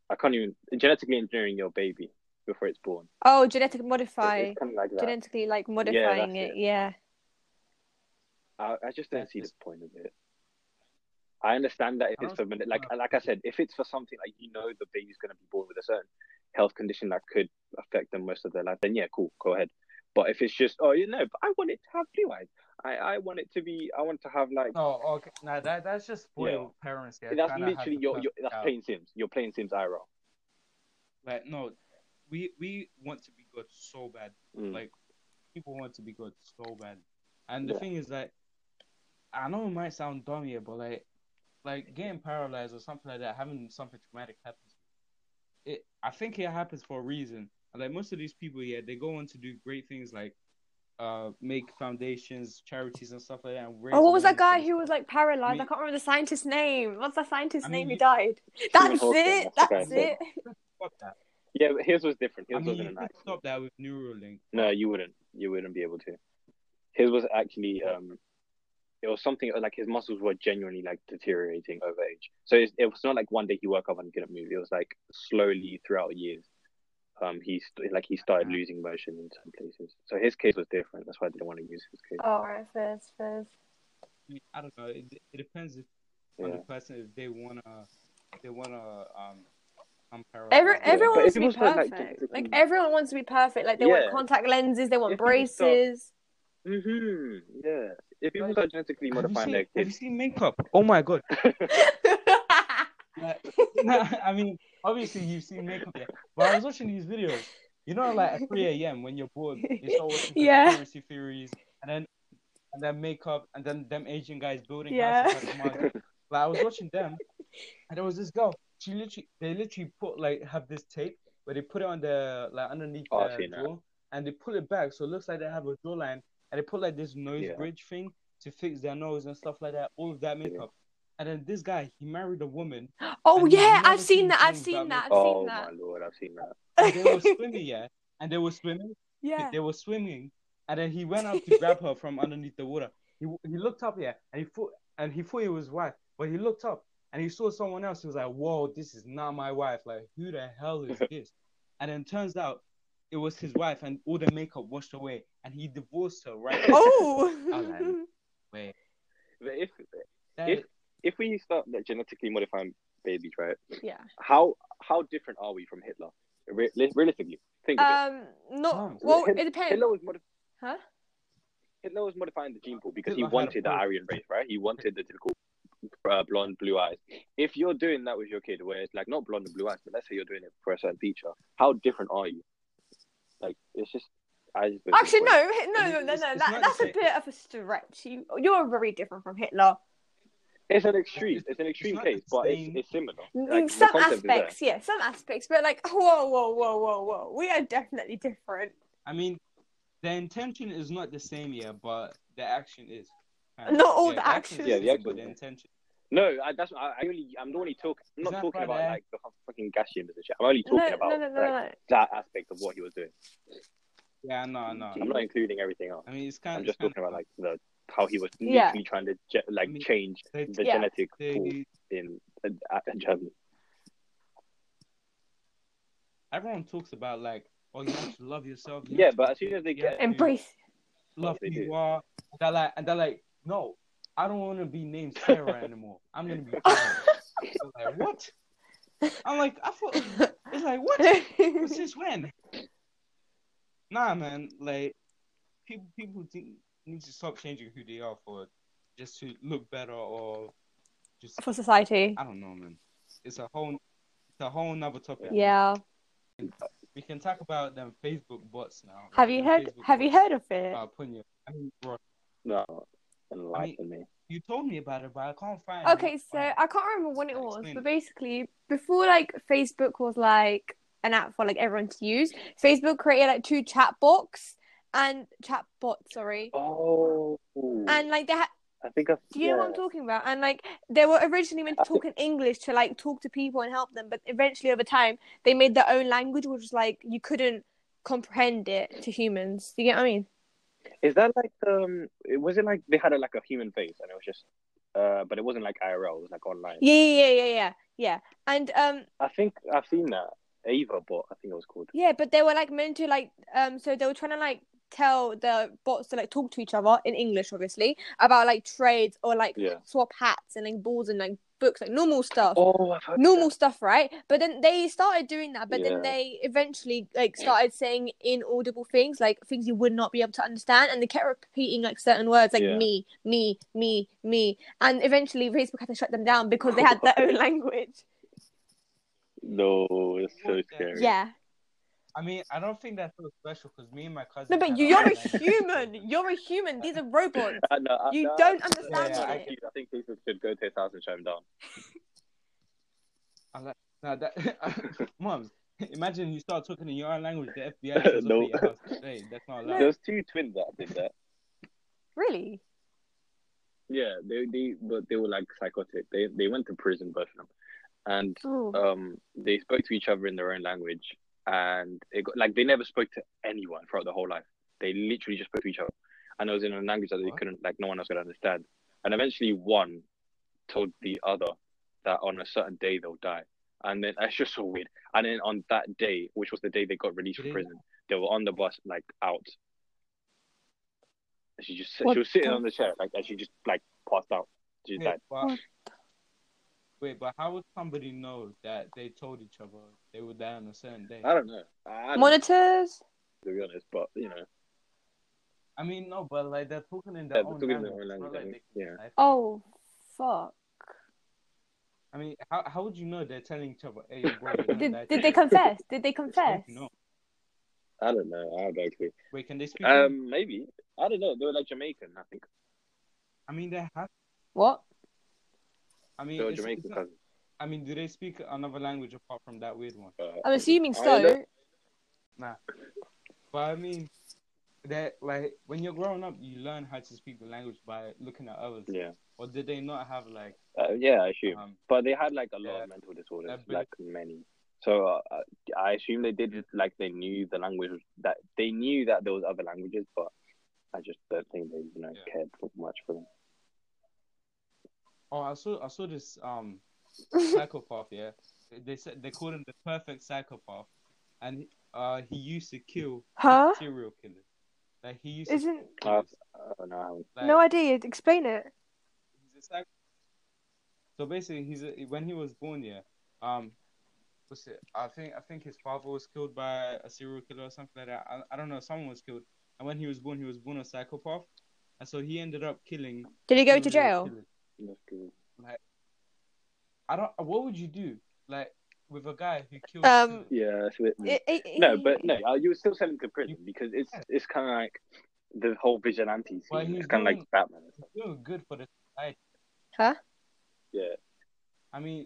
I can't even genetically engineering your baby before it's born. Oh, genetic It's- modify. It's kind of like that. Genetically, like modifying that's it. it. Yeah. I, I just don't That's see the just- point of it. I understand that if I it's for don't minute, see like why- like I said, if it's for something like you know the baby's going to be born with a certain health condition that could affect them most of their life, then yeah, cool, go ahead. But if it's just oh you know, but I want it to have blue eyes. I I want it to be. I want to have like No, okay, no, that that's just spoiled parents. Yeah, that's trying to have literally the your, perfect your that's child. playing Sims. You're playing Sims IRL. Like, no, we we want to be good so bad. Mm. Like, people want to be good so bad. And the Yeah. thing is that I know it might sound dumb here, but like, like getting paralyzed or something like that, having something traumatic happen. to you, It, I think it happens for a reason. And like most of these people, yeah, they go on to do great things like, uh, make foundations, charities, and stuff like that. And raise Oh, what was money that guy for- who was like paralyzed? Me- I can't remember the scientist's name. What's that scientist's I name who mean- died? That's Hawking, it. that's the That's guy. it. Fuck that. Yeah, but his was different. His I mean, wasn't you an could accident. stop that with Neuralink. No, you wouldn't. You wouldn't be able to. His was actually um, it was something like his muscles were genuinely like deteriorating over age. So it's, it was not like one day he woke up and couldn't move. It was like slowly throughout years, um, he st- like he started losing motion in some places. So his case was different. That's why I didn't want to use his case. Oh, All right, first, first. I, mean, I don't know. It, it depends if, on Yeah. the person if they wanna, they wanna um, I'm paralyzed. Every, Yeah, everyone but wants if it to be was like- like, perfect. Like, just- everyone wants to be perfect. Like they Yeah. want contact lenses, they want If people start- braces. hmm Yeah. If people Like, start genetically have, you modifying seen, their have you kids, seen makeup? Oh my god! yeah, Like, nah, I mean, obviously you've seen makeup, yeah. but I was watching these videos. You know, like at 3 a.m. when you're bored, you start watching Yeah. conspiracy theories, and then and then makeup, and then them Asian guys building Yeah. houses like mud. Like I was watching them, and there was this girl. She literally, they literally put like have this tape where they put it on the like underneath Oh, I've the seen that. jaw, and they pull it back so it looks like they have a jawline, and they put like this nose Yeah. bridge thing to fix their nose and stuff like that. All of that makeup, And then this guy, he married a woman. Oh And he's yeah, never I've seen seen that. I've things seen that that. I've oh seen that. my lord, I've seen that. And they were swimming, yeah. And they were swimming. yeah. They were swimming. And then he went up to grab her from underneath the water. He he looked up, yeah, and he thought and he thought it was wife, but he looked up and he saw someone else. He was like, "Whoa, this is not my wife. Like, who the hell is this?" and then turns out it was his wife, and all the makeup washed away, and he divorced her. Right? Oh. Wait, But if that- If- if we start like, genetically modifying babies, right? yeah. How how different are we from Hitler? Re- realistically, think of Um. Oh. Not. Well, Hit- it it. depends. Hitler was modifying. Huh? Hitler was modifying the gene pool because he Hitler had a wanted the point. Aryan race, right? He wanted the typical uh, blonde, blue eyes. If you're doing that with your kid, where it's like not blonde and blue eyes, but let's say you're doing it for a certain teacher, how different are you? Like it's just, I just don't Actually, think- no, Hit- no, no, no, It's- no. it's That, not that's the a bit of a stretch. You, you're very different from Hitler. It's an extreme. It's, an extreme not the case, but it's, same. it's similar. In Like, the Mm, some concept is there. aspects, yeah, some aspects, but like, whoa, whoa, whoa, whoa, whoa. We are definitely different. I mean, the intention is not the same, yeah, but the action is. Not all the actions, actions. Yeah, the but action- the intention. No, I, that's I, I only I'm only talking. I'm Is not that talking about Friday? like the fucking gas chambers and shit. I'm only No, talking no, about no, no, like, no. that aspect of what he was doing. Yeah, no, no. I'm not including everything else. I mean, it's kind. I'm of just talking about like the how he was Yeah. literally trying to ge- like I mean, change they- the Yeah. genetic they- pool in uh, uh, Germany. everyone talks about like, oh, you have to love yourself. you Yeah, have but to as soon as they you have get- to Embrace. love They who do. you are, and they're like, and they're like, no, I don't want to be named Sarah anymore. I'm gonna be. Karen." So, like, what? I'm like, I thought it's like what? Since when? Nah, man. Like people, people think, need to stop changing who they are for just to look better or just For society. I don't know, man. It's a whole, it's a whole nother topic. Yeah. We can talk about them Facebook bots now. Have you Them heard? Facebook Have you bots, heard of it? Uh, putting your- I mean, bro, no, enlighten me. you told me about it, but I can't find. it. Okay, so I can't remember when it Like, was, explain but it. basically, before like Facebook was like an app for like everyone to use, Facebook created like two chat box and chat bots, sorry, Oh, and like they had. I think I. Do you know what I'm talking about? And like they were originally meant to talk in English to like talk to people and help them, but eventually over time they made their own language, which was like you couldn't comprehend it to humans. Do you get what I mean? Is that like um? It was it like they had a, like a human face and it was just uh, but it wasn't like IRL. It was like online. Yeah, yeah, yeah, yeah, yeah, yeah. And um, I think I've seen that Ava bot. I think it was called. Yeah, but they were like meant to like um so they were trying to like tell the bots to like talk to each other in English obviously about like trades or like Yeah. swap hats and like balls and like books like normal stuff. Oh, I've heard Normal stuff, right? But then they started doing that, but Yeah. then they eventually like started saying inaudible things, like things you would not be able to understand, and they kept repeating like certain words, like Yeah. me, me, me, me, and eventually Facebook had to shut them down because they had their own language. No, it's so What the- scary. Yeah, I mean, I don't think that's so special because me and my cousin. no, but had you're our a own language. human. You're a human. These are robots. Uh, no, I- You no, don't I- understand no, I it. think- I think people should go to his house and shut him down. Nah, that, moms, imagine you start talking in your own language. The FBI shows No. up at your house. Hey, that's not allowed. There's two twins that did that. Really? Yeah, they they but they were like psychotic. They they went to prison both of them, and Ooh. um they spoke to each other in their own language, and it got, like they never spoke to anyone throughout their whole life. They literally just spoke to each other, and it was in a language that they What? couldn't like no one else could understand. And eventually, one told the other that on a certain day they'll die, and then it's just so weird. And then on that day, which was the day they got released from Really? prison, they were on the bus like out. And She just What she was sitting the- on the chair like and she just like passed out. She Wait, died. but, What wait, but how would somebody know that they told each other they would die on a certain day? I don't know. I don't know, Monitors? to be honest, but you know, I mean, no, but like they're talking in yeah, their they're own talking in language. their own It's not language. I like mean, they- Yeah, Oh, fuck. I mean, how how would you know they're telling each other? Hey, bro, you're gonna Did, die did they today? confess? Did they It's hard confess? to know. I don't know. I don't actually. Wait, can they speak? English? Um, maybe I don't know. They were like Jamaican, I think. I mean, they have. What? I mean, They were it's- Jamaican it's not- cousins. I mean, do they speak another language apart from that weird one? Uh, I'm assuming I don't know. so. But I mean, that like when you're growing up, you learn how to speak the language by looking at others. um, Yeah, Or did they not have like uh, yeah, I assume. um, but they had like a lot Yeah. of mental disorders, That bit- like many. So uh, I assume they did like they knew the language that they knew that there was other languages, but I just don't think they you know Yeah. cared for much for them. oh I saw I saw this um psychopath. Yeah, They- they said they called him the perfect psychopath, and uh he used to kill Huh? serial killers. Like he used to Isn't Uh, kill killers. I don't know. how- Like, no idea? Explain it. he's a psych- so basically he's a, when he was born yeah um what's it i think i think his father was killed by a serial killer or something like that i, I don't know someone was killed and when he was born he was born a psychopath and so he ended up killing Did he go to serial jail? killers. that's good. i don't what would you do like with a guy who killed Um, killers? Yeah, it's a bit. It- it- No, it- but no, uh, you would still send him to prison because it's it's kind of like the whole vigilante scene. Well, he's it's kind of like doing- Batman. He's doing good for the society Yeah, i mean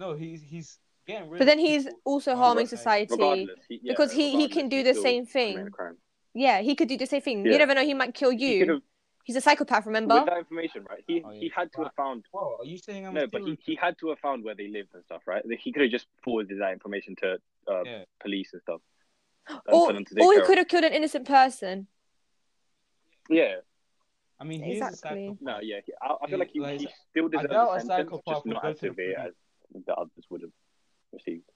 no he's he's getting rid But of then he's people. also Um, harming like, society regardless, he, yeah, because he, he regardless, can do he's the still same committing thing. a crime. Yeah, he could do the same thing. Yeah. You never know; he might kill He could you. have He's a psychopath, remember? with that information, right? He Oh, yeah. he had to have found Whoa, are you saying i'm No, a but serial he, he had to have found where they lived and stuff, right? He could have just forwarded that information to uh, Yeah. police and stuff. and or for them to take or he care of. could have killed an innocent person. Yeah, i mean he's a Exactly. psychopath no, yeah. he- I, I feel like he, Like, he still deserves doubt a a sentence, psychopath just would not go as to the severe prison. as the others would have received.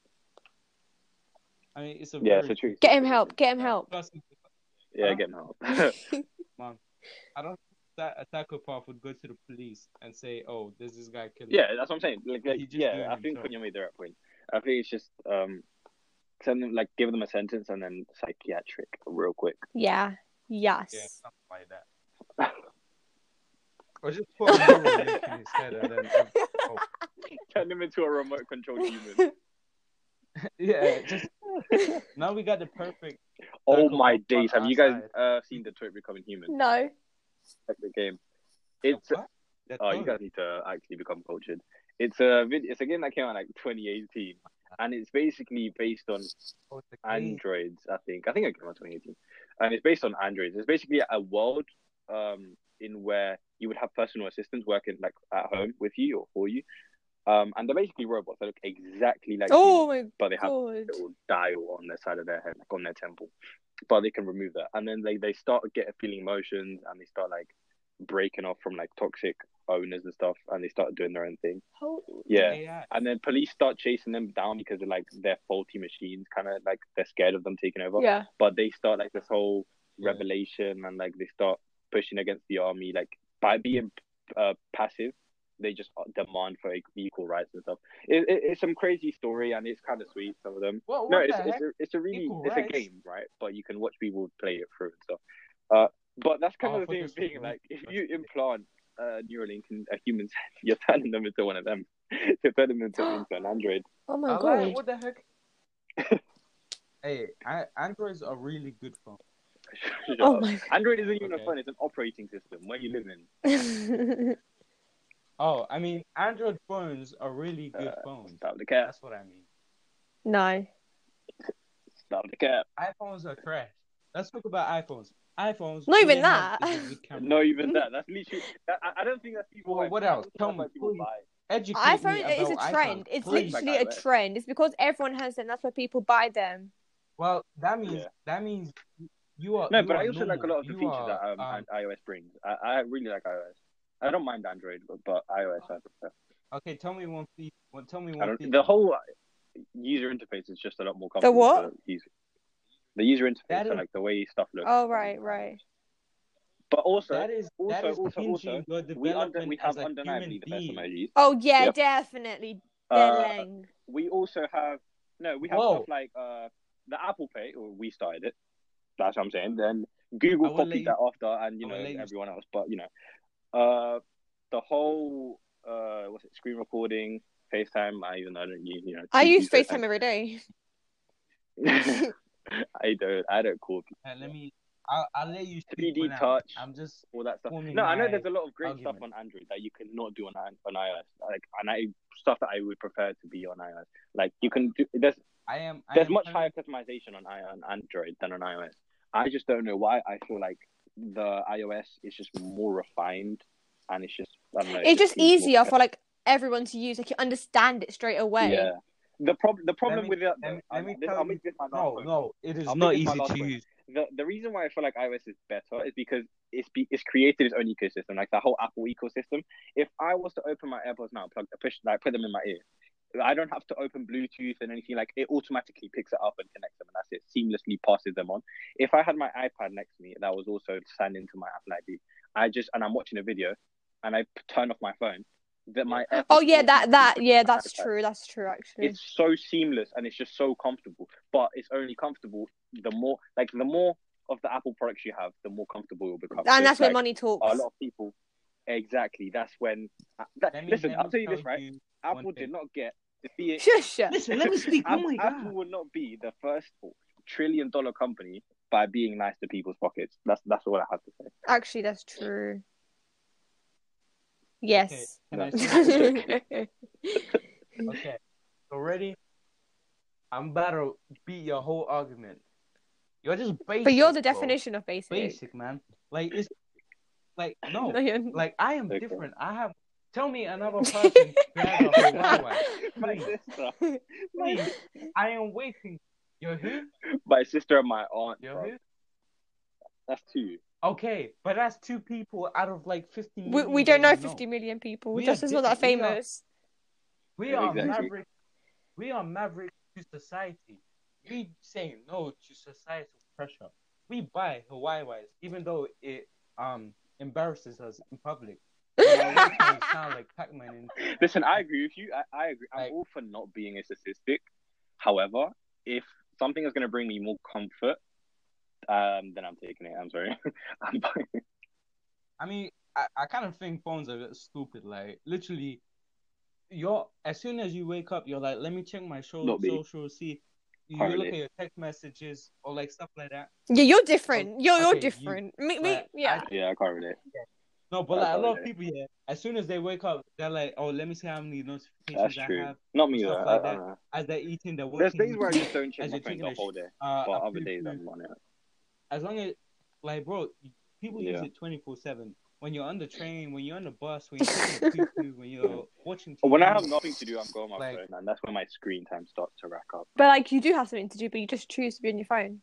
i mean it's a Yeah, very it's the truth. Get him help. Get him help. Plus, if Yeah, Huh? get him help. I don't think that a psychopath would go to the police and say, "Oh, there's this guy killing." yeah, that's what I'm saying. Like, like He just yeah, doing I think himself. Cunha made the right point. I think it's just um, send them like give them a sentence and then psychiatric real quick. yeah. Yes. yeah, something like that. or just put a mirror on him in his head and then, oh. Turn them into a remote controlled human. yeah, just now we got the perfect. oh Circle my of days! fun Have you guys outside. uh, seen Detroit Becoming Human? No. like the game. It's What? That's oh, you all. guys need to actually become cultured. It's a vid- it's a game that came out in, like 2018, and it's basically based on Oh, it's a game. androids. I think I think it came out 2018, and it's based on androids. It's basically a world um in where you would have personal assistants working like at home with you or for you, um, and they're basically robots. They look exactly like Oh you, my but they have god. little dial on the side of their head, like on their temple. But they can remove that, and then they they start getting feeling emotions, and they start like breaking off from like toxic owners and stuff, and they start doing their own thing. Yeah, AI. and then police start chasing them down because of like their faulty machines, kind of like they're scared of them taking over. Yeah. But they start like this whole Yeah. revelation, and like they start pushing against the army, like by being uh, passive. They just uh, demand for equal rights and stuff. It, it, it's some crazy story, and it's kind of sweet. Some of them, What, what no, the it's, heck? it's, a, it's a really Equal it's rights. a game, right? But you can watch people play it through and stuff. Uh, but that's kind Oh, of for the same this thing. one. Like if you implant uh, Neuralink in a human's head, you're turning them into one of them. you're turning them into, into an android. Oh I my like, god. what the heck? hey, I, androids are really good for. Shut Oh up. my Android isn't even Okay. a phone; it's an operating system where you live in. god. Oh, I mean, Android phones are really good Uh, phones. Stop the cap! That's what I mean. no. Stop the cap! iPhones are trash. Let's talk about iPhones. iPhones. Not all even they have that. is a good camera. No, even that. That's literally. That, I, I don't think that's people. Mm. Well, buy. what else? I don't think Tell that's me, why people please. buy. Educate iPhone me is a about trend. iPhones, It's please. literally a trend. It's because everyone has them. That's why people buy them. Well, that means Yeah. that means you are. No, you but are I also like a normal. lot of the You features are, that um, um, iOS brings. I, I really like iOS. I don't mind Android, but, but iOS I prefer. um, okay, tell me one feature. Well, tell me I one don't, feature. the whole uh, user interface is just a lot more The comfortable. what? for user- the user interface, That so is- like the way stuff looks. Oh right, right. But also, that is that also, is also, hinging also, your we, development under, we have as a undeniably the human best being. emojis. Oh yeah, Yep. definitely. Uh, Deleng. we also have no, we have Whoa. stuff like uh, the Apple Pay, or we started it. That's what I'm saying. Then Google I will let copied you- that after, and you I know will let you- everyone else. But you know, uh, the whole uh, what's it? Screen recording, FaceTime. I even though I don't use you know. I use Teams, FaceTime every day. I don't. I don't call people. Uh, let me. I'll, I'll let you. speak 3D when I'm- touch. I'm just. All that stuff. Forming No, I know my there's a lot of great stuff on argument. Android that you cannot do on i- on iOS. Like, and I stuff that I would prefer to be on iOS. Like, you can do. There's I am. I there's am much currently- higher customization on i- on Android than on iOS. I just don't know why I feel like the iOS is just more refined and it's just I don't know. it's just seems more easier for like everyone to use. Like you understand it straight away. Yeah. The problem, the problem me- with that. let me- I'll, let me this- tell I'll you- make this my last No, point. no, it is I'll not make it my easy last to one. use. The the reason why I feel like iOS is better is because it's be, it's created its own ecosystem, like the whole Apple ecosystem. If I was to open my AirPods now, plug push like put them in my ear, I don't have to open Bluetooth and anything. Like it automatically picks it up and connects them, and that's it. Seamlessly passes them on. If I had my iPad next to me that was also signed into my Apple ID, I just and I'm watching a video, and I p- turn off my phone. That my Oh AirPods yeah, that that automatically yeah, put my that's iPad. true. That's true actually. It's so seamless and it's just so comfortable. But it's only comfortable the more like the more of the Apple products you have, the more comfortable you'll become. So and that's it's where like, money talks. a lot of people. Exactly. That's when. uh, That, Let me, listen, let I'll me tell you this tell right. you one Apple thing. did not get the fiat. Shush. Listen, let me speak. Oh Apple, my Apple god. will not be the first trillion dollar company by being nice to people's pockets. That's that's all I have to say. Actually, that's true. Yes. Can No. I say- Wait, okay, so ready? I'm about to beat your whole argument. You're just basic. but you're the bro. definition of basic. Basic, man. Like it's like no, No, you're- like I am Okay. different. I have. Tell me another person who has a Huawei. My Please. sister, Please, I am waiting. You're who? my sister and my aunt. You're bro. who? That's two. Okay, but that's two people out of like 50 we, we million don't know that 50 million people. We are Justin's not that different. We are- famous. We Yeah, are exactly. maverick. We are maverick to society. We say no to societal pressure. We buy Hawaii wise, even though it um embarrasses us in public. We are making it sound like Pac-Man in- Listen, I agree with you. I, I agree. I'm Like- all for not being a statistic. However, if something is going to bring me more comfort, um, then I'm taking it. I'm sorry. I'm buying- I mean, I, I kind of think phones are a bit stupid. Like literally, you're as soon as you wake up, you're like, let me check my show, Not me. social, see. You look Hardly. at your text messages or like stuff like that. Yeah, you're different. You're, you're okay, you- different. me, me, but yeah. yeah, I can't relate. No, but That's like a lot hardly. of people, yeah. As soon as they wake up, they're like, oh, let me see how many That's notifications I true. have. Not me though. Stuff I, like I that. don't know. as they're eating, they're There's watching. days where I just don't check As my you're phone taking the a whole day, uh, but a other poo days poo. I'm on it. As long as, like, bro, people use Yeah. it twenty four seven. When you're on the train, when you're on the bus, when you're taking a poo-poo, when you're watching. But When I TV. have nothing to do, I'm going on my Mm. Like- phone, and that's when my screen time starts to rack up. But like you do have something to do, but you just choose to be on your phone.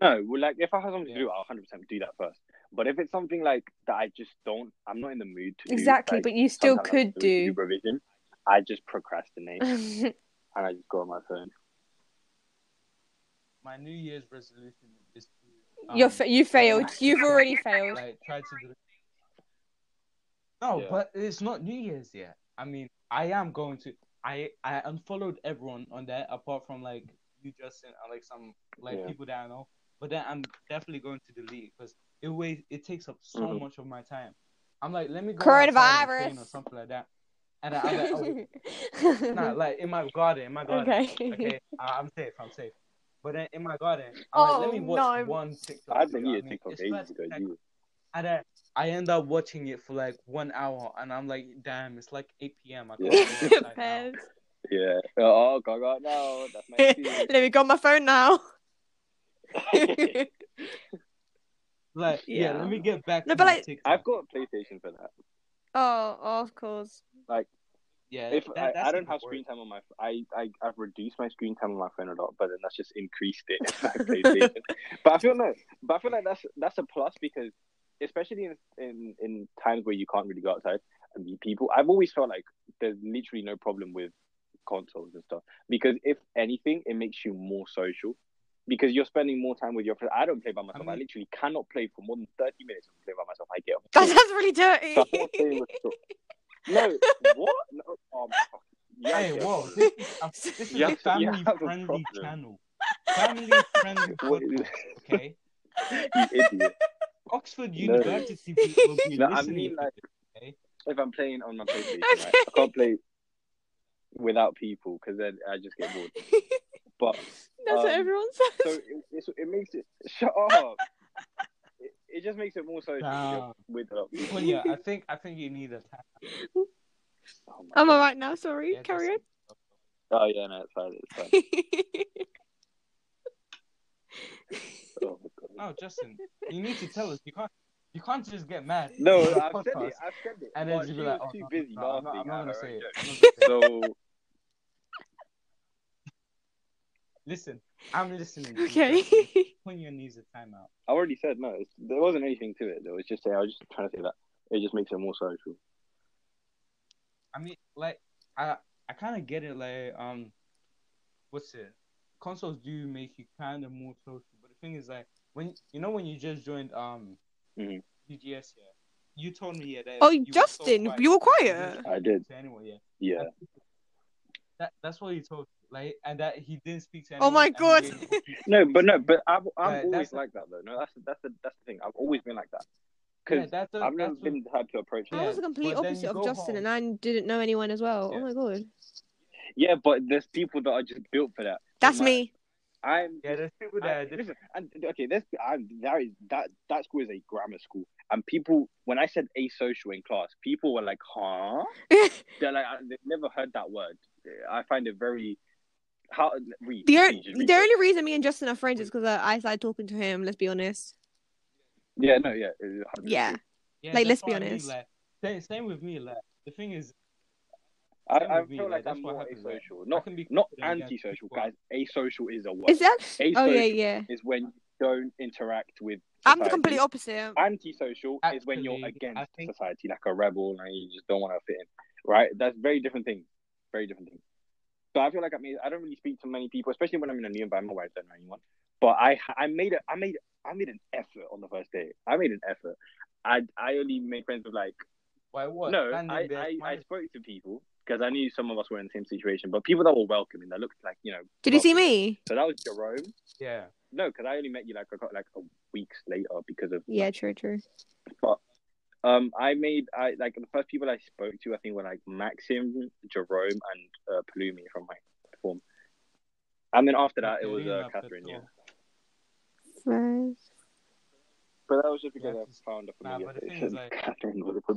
No, well, like if I have something Yeah. to do, I'll 100% do that first. But if it's something like that, I just don't. I'm not in the mood to. do, Exactly, like, but you still sometimes I'm could in the mood to do. revision. I just procrastinate. Wait, and I just go on my phone. my New Year's resolution is to, you're um, fa- you failed. like- You've already failed. like try to do. No, Yeah. but it's not New Year's yet. I mean, I am going to. I I unfollowed everyone on that apart from like you, Justin, and like some like Yeah. people that I know. But then I'm definitely going to delete because it weighs, it takes up so Mhm. much of my time. I'm like, let me go outside and train Coronavirus. or something like that. And I- I'm like, oh, nah, like in my garden, in my garden okay, I- I'm safe, I'm safe. But then in my garden, I'm like, let Oh, me watch no. one TikTok. I video. deleted mean, TikTok it's ages first ago. tech- Jesus. and I, I end up watching it for like one hour, and I'm like, damn, it's like 8 p.m. I Yeah. can't watch it right now. Pez. Yeah. Oh God, God, no, that's my excuse. Let me go on my phone now. Like, yeah. Yeah. let me get back No, to but my like- TikTok. I've got a PlayStation for that. Oh, oh, of course. yeah, If that- I, that's I don't even have worse. screen time on my, I, I I've reduced my screen time on my phone a lot, but then that's just increased it. in my PlayStation. But I feel like, but I feel like that's that's a plus because, especially in in, in times where you can't really go outside and meet people, I've always felt like there's literally no problem with consoles and stuff because if anything, it makes you more social because you're spending more time with your friends. I don't play by myself. I, mean- literally cannot play for more than thirty minutes and play by myself. I get That sounds really so I'm not playing dirty. with you. No, what? No, oh, my God. Yeah, Hey, yeah. whoa, this is a, this is Yeah, a yeah, family that's a friendly problem. channel. Family friendly What is- podcast, okay? You idiot. Oxford No. University people will be No, I listening. mean, to like, this, okay? if I'm playing on my PlayStation, Okay. right, I can't play without people because then I just get bored. But That's what Um, everyone so says. it, it's, it makes it shut up. It, it just makes it more so Nah. with uh, Well, yeah, I think I think you need a time. oh, my I'm God. alright now, sorry. Yeah, Carry on. just- oh yeah, no, it's fine. It's fine. no, oh, Justin, you need to tell us. You can't. You can't just get mad. No, on the I've said podcast it. I've said it. And then But you'd she be like, was oh, too no, busy no, I'm not, laughing I'm not at gonna her say own it. joke. I'm not gonna say it. So Listen, I'm listening. to you, Justin. Okay. When your knees a timeout. I already said no. It's, there wasn't anything to it though. It's just I was just trying to say that it just makes it more social. I mean, like, I I kind of get it. Like, um, what's it? Consoles do make you kind of more social, but the thing is, like, when you know when you just joined um Mhm. UGS, yeah, you told me yeah that. Oh, you were so Justin, quiet. you were You quiet. didn't I speak did. To anyone, yeah. Yeah. That that's what he told. Like, and that he didn't speak to Oh anyone. my and he God. gave no feedback. No, but no, but I've, I'm Right, always that's- like that though. No, that's that's the that's the thing. I've always been like that yeah, because that's a, I've never that's been the type to approach. Yeah. Yeah. I was the complete but then you opposite of go Justin, home. and I didn't know anyone as well. Yeah. Oh my god, yeah, but there's people that are just built for that. that's Like, me. I'm. Yeah, there's people I- that are different. listen, and okay, that's I'm, that is that that school is a grammar school, and people when I said asocial in class, people were like, "Huh?" They're like, I, "They've never heard that word." I find it very how read The, o- please, just read the it. only reason me and Justin are friends is because I, I started talking to him. Let's be honest. yeah no yeah it's 100%. Yeah, Yeah, Like, that's let's be what I mean, honest. like, same, same with me. Like, the thing is, I, Same I with me, feel like, like that's I'm what more happens, like, asocial, I not can be not confident against antisocial, people. guys. Asocial is a word. is that? Asocial Oh yeah, yeah. is when you don't interact with. I'm the society. complete opposite. Antisocial is when you're Actually, against I think- society, like a rebel, and you just don't want to fit in. Right? That's very different thing. Very different thing. So I feel like I mean I don't really speak to many people, especially when I'm in a new environment where I don't know anyone. But I I made a I made I made an effort on the first day. I made an effort. I I only made friends with like Why what? no, Standing I, there, I, I smiling. spoke to people because I knew some of us were in the same situation, but people that were welcoming, that looked like you know. Did you see welcoming. me? So that was Jerome. yeah. No, because I only met you like I got like a weeks later because of Yeah, true, true. But um, I made I like the first people I spoke to I think were like Maxim, Jerome, and uh, Palumi from my form. And then after that, it was Katerina uh, Catherine. Yeah, Petrova. Friends. but that was just because Yeah, I found a nah, familiar but the face. thing is, like- Catherine was a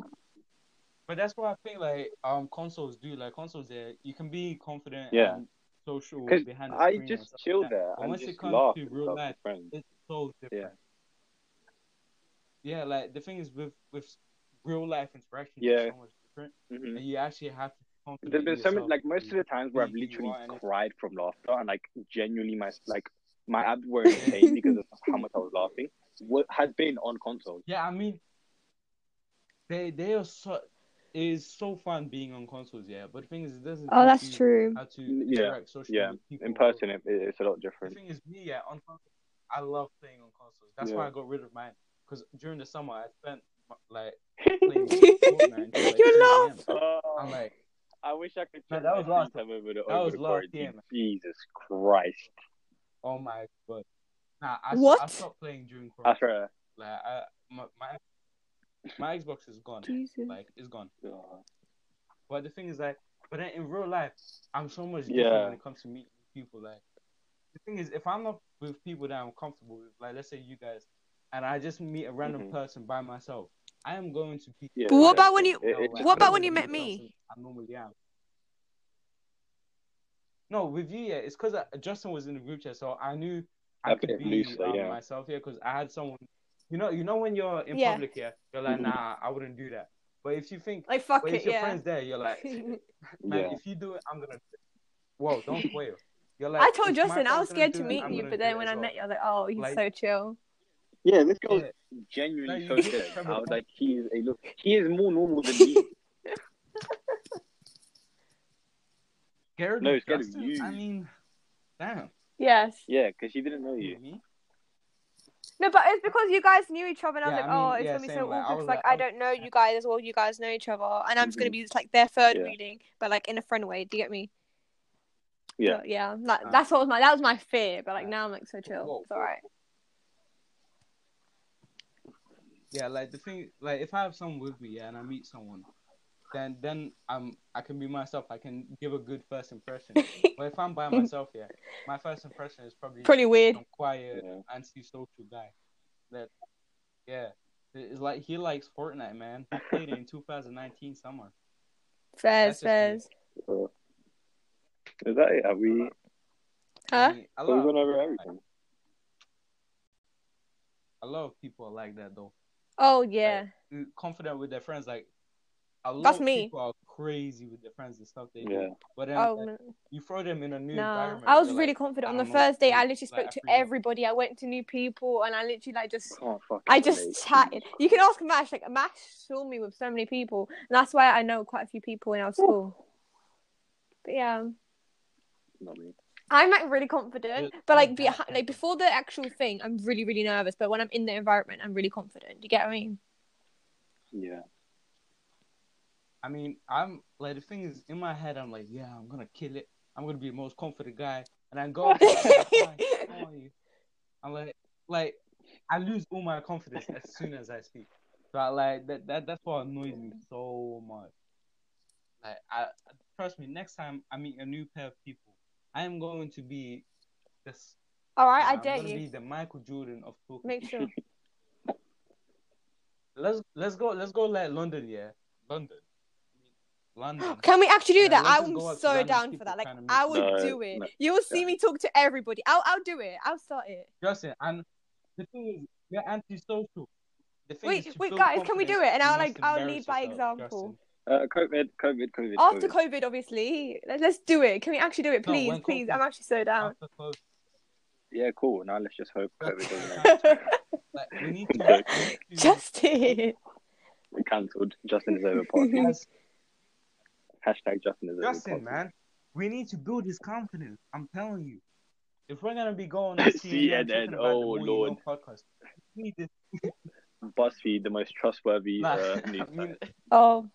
But that's what I think. Like, um, consoles do like consoles. There, you can be confident. Yeah. And social because behind the I screen and just stuff chilled like that. there But and once it just comes laughed to and real stuff with life, friends. It's so different. Yeah. like the thing is with with real life interaction. Yeah. It's so much different, Mhm. and you actually have to. be confident There's in been so many, yourself. like most of the times where I've you literally are, and it's- cried from laughter and like genuinely my like my abs were in pain because of how much I was laughing. What has been on console? Yeah, I mean, they they are so it is so fun being on consoles. Yeah, but the thing is, it doesn't. Oh, teach that's you true. How to Yeah, interact socially yeah, with people In person, it, it's a lot The different. thing is, me, yeah, on consoles, I love playing on consoles. That's why Yeah. I got rid of mine. Because during the summer, I spent like playing oh, Fortnite. until, like, 2 You a.m. laugh. I'm like, I wish I could. No, check that was my last- time over the, that over was the last quarantine. year, man. Jesus Christ! oh my god. Nah, I, I What? stopped playing during I Corona. swear. Like, I, my, my my Xbox is gone. Jesus. Like, it's gone. Oh, But the thing is, like, but then in real life, I'm so much Yeah. different when it comes to meeting people. Like, the thing is, if I'm not with people that I'm comfortable with, like, let's say you guys, and I just meet a random Mhm. person by myself, I am going to be. yeah, But what yeah. about when you- It- it No, just like, what about I'm when not you the met me? person I normally am. No, with you, yeah, it's because Justin was in the group chat, so I knew I A could bit be looser, um, yeah. myself here because I had someone. You know, you know when you're in Yeah. public here, you're like, Mhm. nah, I wouldn't do that. But if you think, Like fuck but it, if your yeah. friend's there, you're like, man, yeah. if you do it, I'm gonna. do it. Whoa, don't spoil. You're like, I told if my Justin I friend's was gonna scared do to it, meet I'm you, gonna but do then it when as I well. met you, I was like, oh, he's Like- so chill. Yeah, this girl's Yeah. genuinely No, so you- good. I was like, he is a look. He is more normal than me. Wait, Scared No, of scared of Justin? you. I mean, damn. yes. Yeah, because she didn't know you. Me? No, but it's because you guys knew each other, and I was Yeah, like, I mean, oh, it's yeah, gonna be so same, like, I awkward. 'cause, was Like, like, "Oh, I I'm- don't know you guys as well. You guys know each other, and I'm just gonna be like their third Yeah. reading, but like in a friend way. Do you get me? Yeah. But, yeah. Like, Ah. that's what was my that was my fear, but like Ah. now I'm like so chill. Whoa. It's all right. Yeah, like the thing, like if I have someone with me, yeah, and I meet someone, then then I'm I can be myself. I can give a good first impression. but if I'm by myself, yeah, my first impression is probably Pretty weird. I'm quiet, Yeah. anti-social guy. That, yeah, it's like he likes Fortnite, man. He played it in 2019 summer. Fairs, That's just weird. fairs. So, is that it? Are we? Huh? I mean, I So we love went over Fortnite. everything. a lot of people are like that though. Oh yeah. Like, confident with their friends, like a lot That's of me. people are crazy with their friends and stuff they Yeah. do. But then oh like, man. you throw them in a new No, environment. I was they're really like, confident. I On the don't know, first day, I like, literally spoke like, to I feel- everybody. I went to new people, and I literally like just Can't fucking I just relate. chatted. You can ask Mash. Like Mash saw me with so many people, and that's why I know quite a few people in our school. But yeah, Not me. I'm like really confident. Yeah, But like I'm behi- bad at like confidence. before the actual thing, I'm really really nervous. But when I'm in the environment, I'm really confident. Do you get what I mean? Yeah. I mean, I'm like the thing is in my head. I'm like, yeah, I'm gonna kill it. I'm gonna be the most confident guy, and I go. up to them, "Hi, how are you?" I'm like, like I lose all my confidence as soon as I speak. But like that, that that's what annoys me so much. Like I trust me, next time I meet a new pair of people, I am going to be this. All right, I I'm dare gonna you. Be the Michael Jordan of talking. Make sure. Let's let's go let's go like London, yeah, London, London. Can we actually do Yeah, that? let's just I'm go up to so random down for people that. Like trying to make I it. would No, do it. no, You'll see me talk to everybody. I'll I'll do it. I'll start it. Justin, and the thing is, you're antisocial. The thing Wait, is, to wait, build guys, can we do confidence, it? And I'll, you like, must I'll lead embarrass by yourself, example. Justin. Uh, COVID, COVID, COVID. After COVID. COVID, obviously. Let, let's do it. Can we actually do it? No, Please, when please. COVID- I'm actually so down. After COVID, Yeah, cool. Now let's just hope That's- COVID doesn't end. After- like, we need to, we need to Justin. We're cancelled. Justin is over party. Yes, Hashtag Justin is over Justin, party. man, we need to build his confidence. I'm telling you, if we're gonna be going on CNN, talking about oh, the More You Know Lord. podcast, we need this. BuzzFeed, the most trustworthy Nah, uh, I news mean, Oh.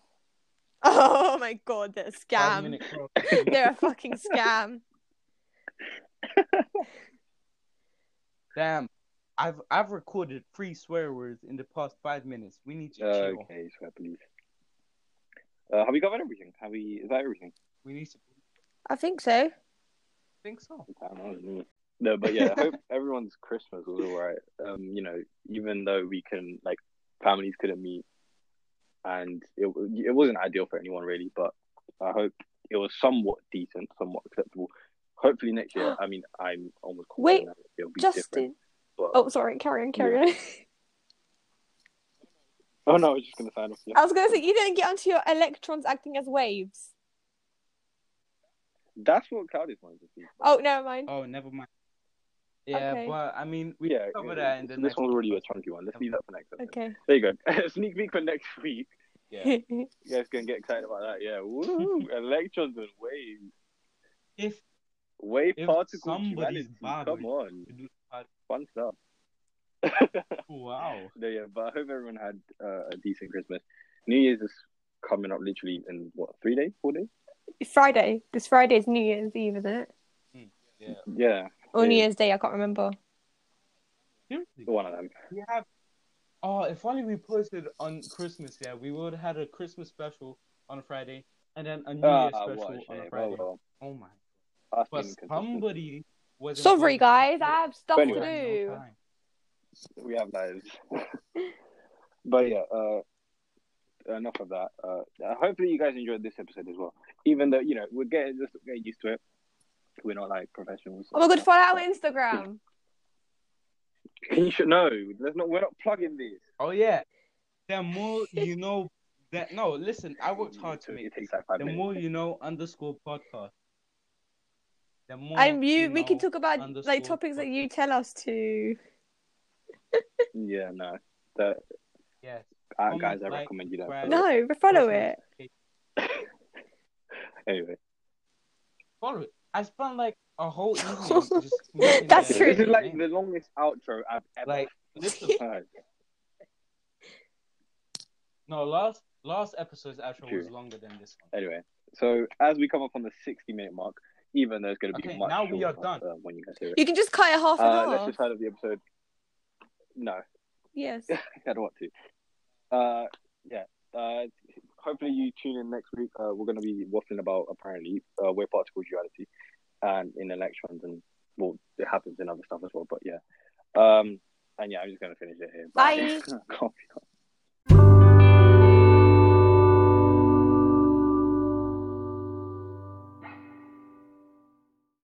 Oh my god, they're a five scam. minute call. They're a fucking scam. Damn, I've I've recorded three swear words in the past five minutes. We need to Uh, chill. okay, swear please. Uh, have we covered everything? Have we? Is that everything? We need to I think so. think so. I don't know. No, but yeah, I hope everyone's Christmas was alright. Um, you know, even though we can like families couldn't meet, and it wa- it wasn't ideal for anyone really, but I hope it was somewhat decent, somewhat acceptable. Hopefully next year. I mean, I'm almost confident Wait, that it'll be different. Justin. But... Oh, sorry. Carry on, carry on. Oh no, I was just gonna sign off. Yeah. I was going to say, you didn't get onto your electrons acting as waves. That's what Claudius wanted to see. Oh, never mind. Oh, never mind. Yeah, Okay. but I mean, we Yeah, cover yeah, that in the this next. one's already a chunky one. Let's leave that for next episode. Okay. There you go. Sneak peek for next week. Yeah. You guys can get excited about that. Yeah. Woo! Electrons and waves. If Wave If particle somebody's duality. bothered. Come on. we do part- Fun stuff. wow, No, yeah, but I hope everyone had uh, a decent Christmas. New Year's is coming up literally in what, three days? Four days? Friday. This Friday is New Year's Eve, isn't it? yeah, Yeah. Or New Yeah. Year's Day, I can't remember. seriously, One of them. we have. Oh, if only we posted on Christmas, yeah, we would have had a Christmas special on a Friday and then a New Ah, Year's what special a on a shame. Oh, Friday. well. Oh my! Us But being consistent. somebody was Sorry, guys. involved. I have stuff But to We anyway. had do. no time. we have lives. but yeah, uh, enough of that. Uh, hopefully you guys enjoyed this episode as well. Even though you know we're getting just getting used to it. We're not like professionals. Oh my god, follow our Instagram. You should know. Let's not. We're not plugging this. Oh yeah, the more you know. That no, listen, I worked hard to It make takes like five the minutes. more you know underscore podcast. The more And you, we can know- talk about underscore like topics that you tell us to. Yeah, no. That Yes. uh, Comment, guys, I like, recommend you don't. subscribe. follow it. No, but follow it. Anyway, Follow it. I spent like a whole evening just making That's the- true. this is like the name. longest outro I've ever like listen. heard. No, last last episode's outro was True. longer than this one. Anyway, so as we come up on the sixty-minute mark, even though it's going to be Okay, much now we are shorter, done. uh, when you guys hear it. You can just cut it half and Uh, let's half. just head of the episode. No, Yes. I don't want to. Uh, yeah. Uh, hopefully you tune in next week. Uh, we're going to be waffling about apparently uh, wave particle duality and in electrons and well, it happens in other stuff as well. But yeah. Um, and yeah, I'm just going to finish it here. Bye. Can't be-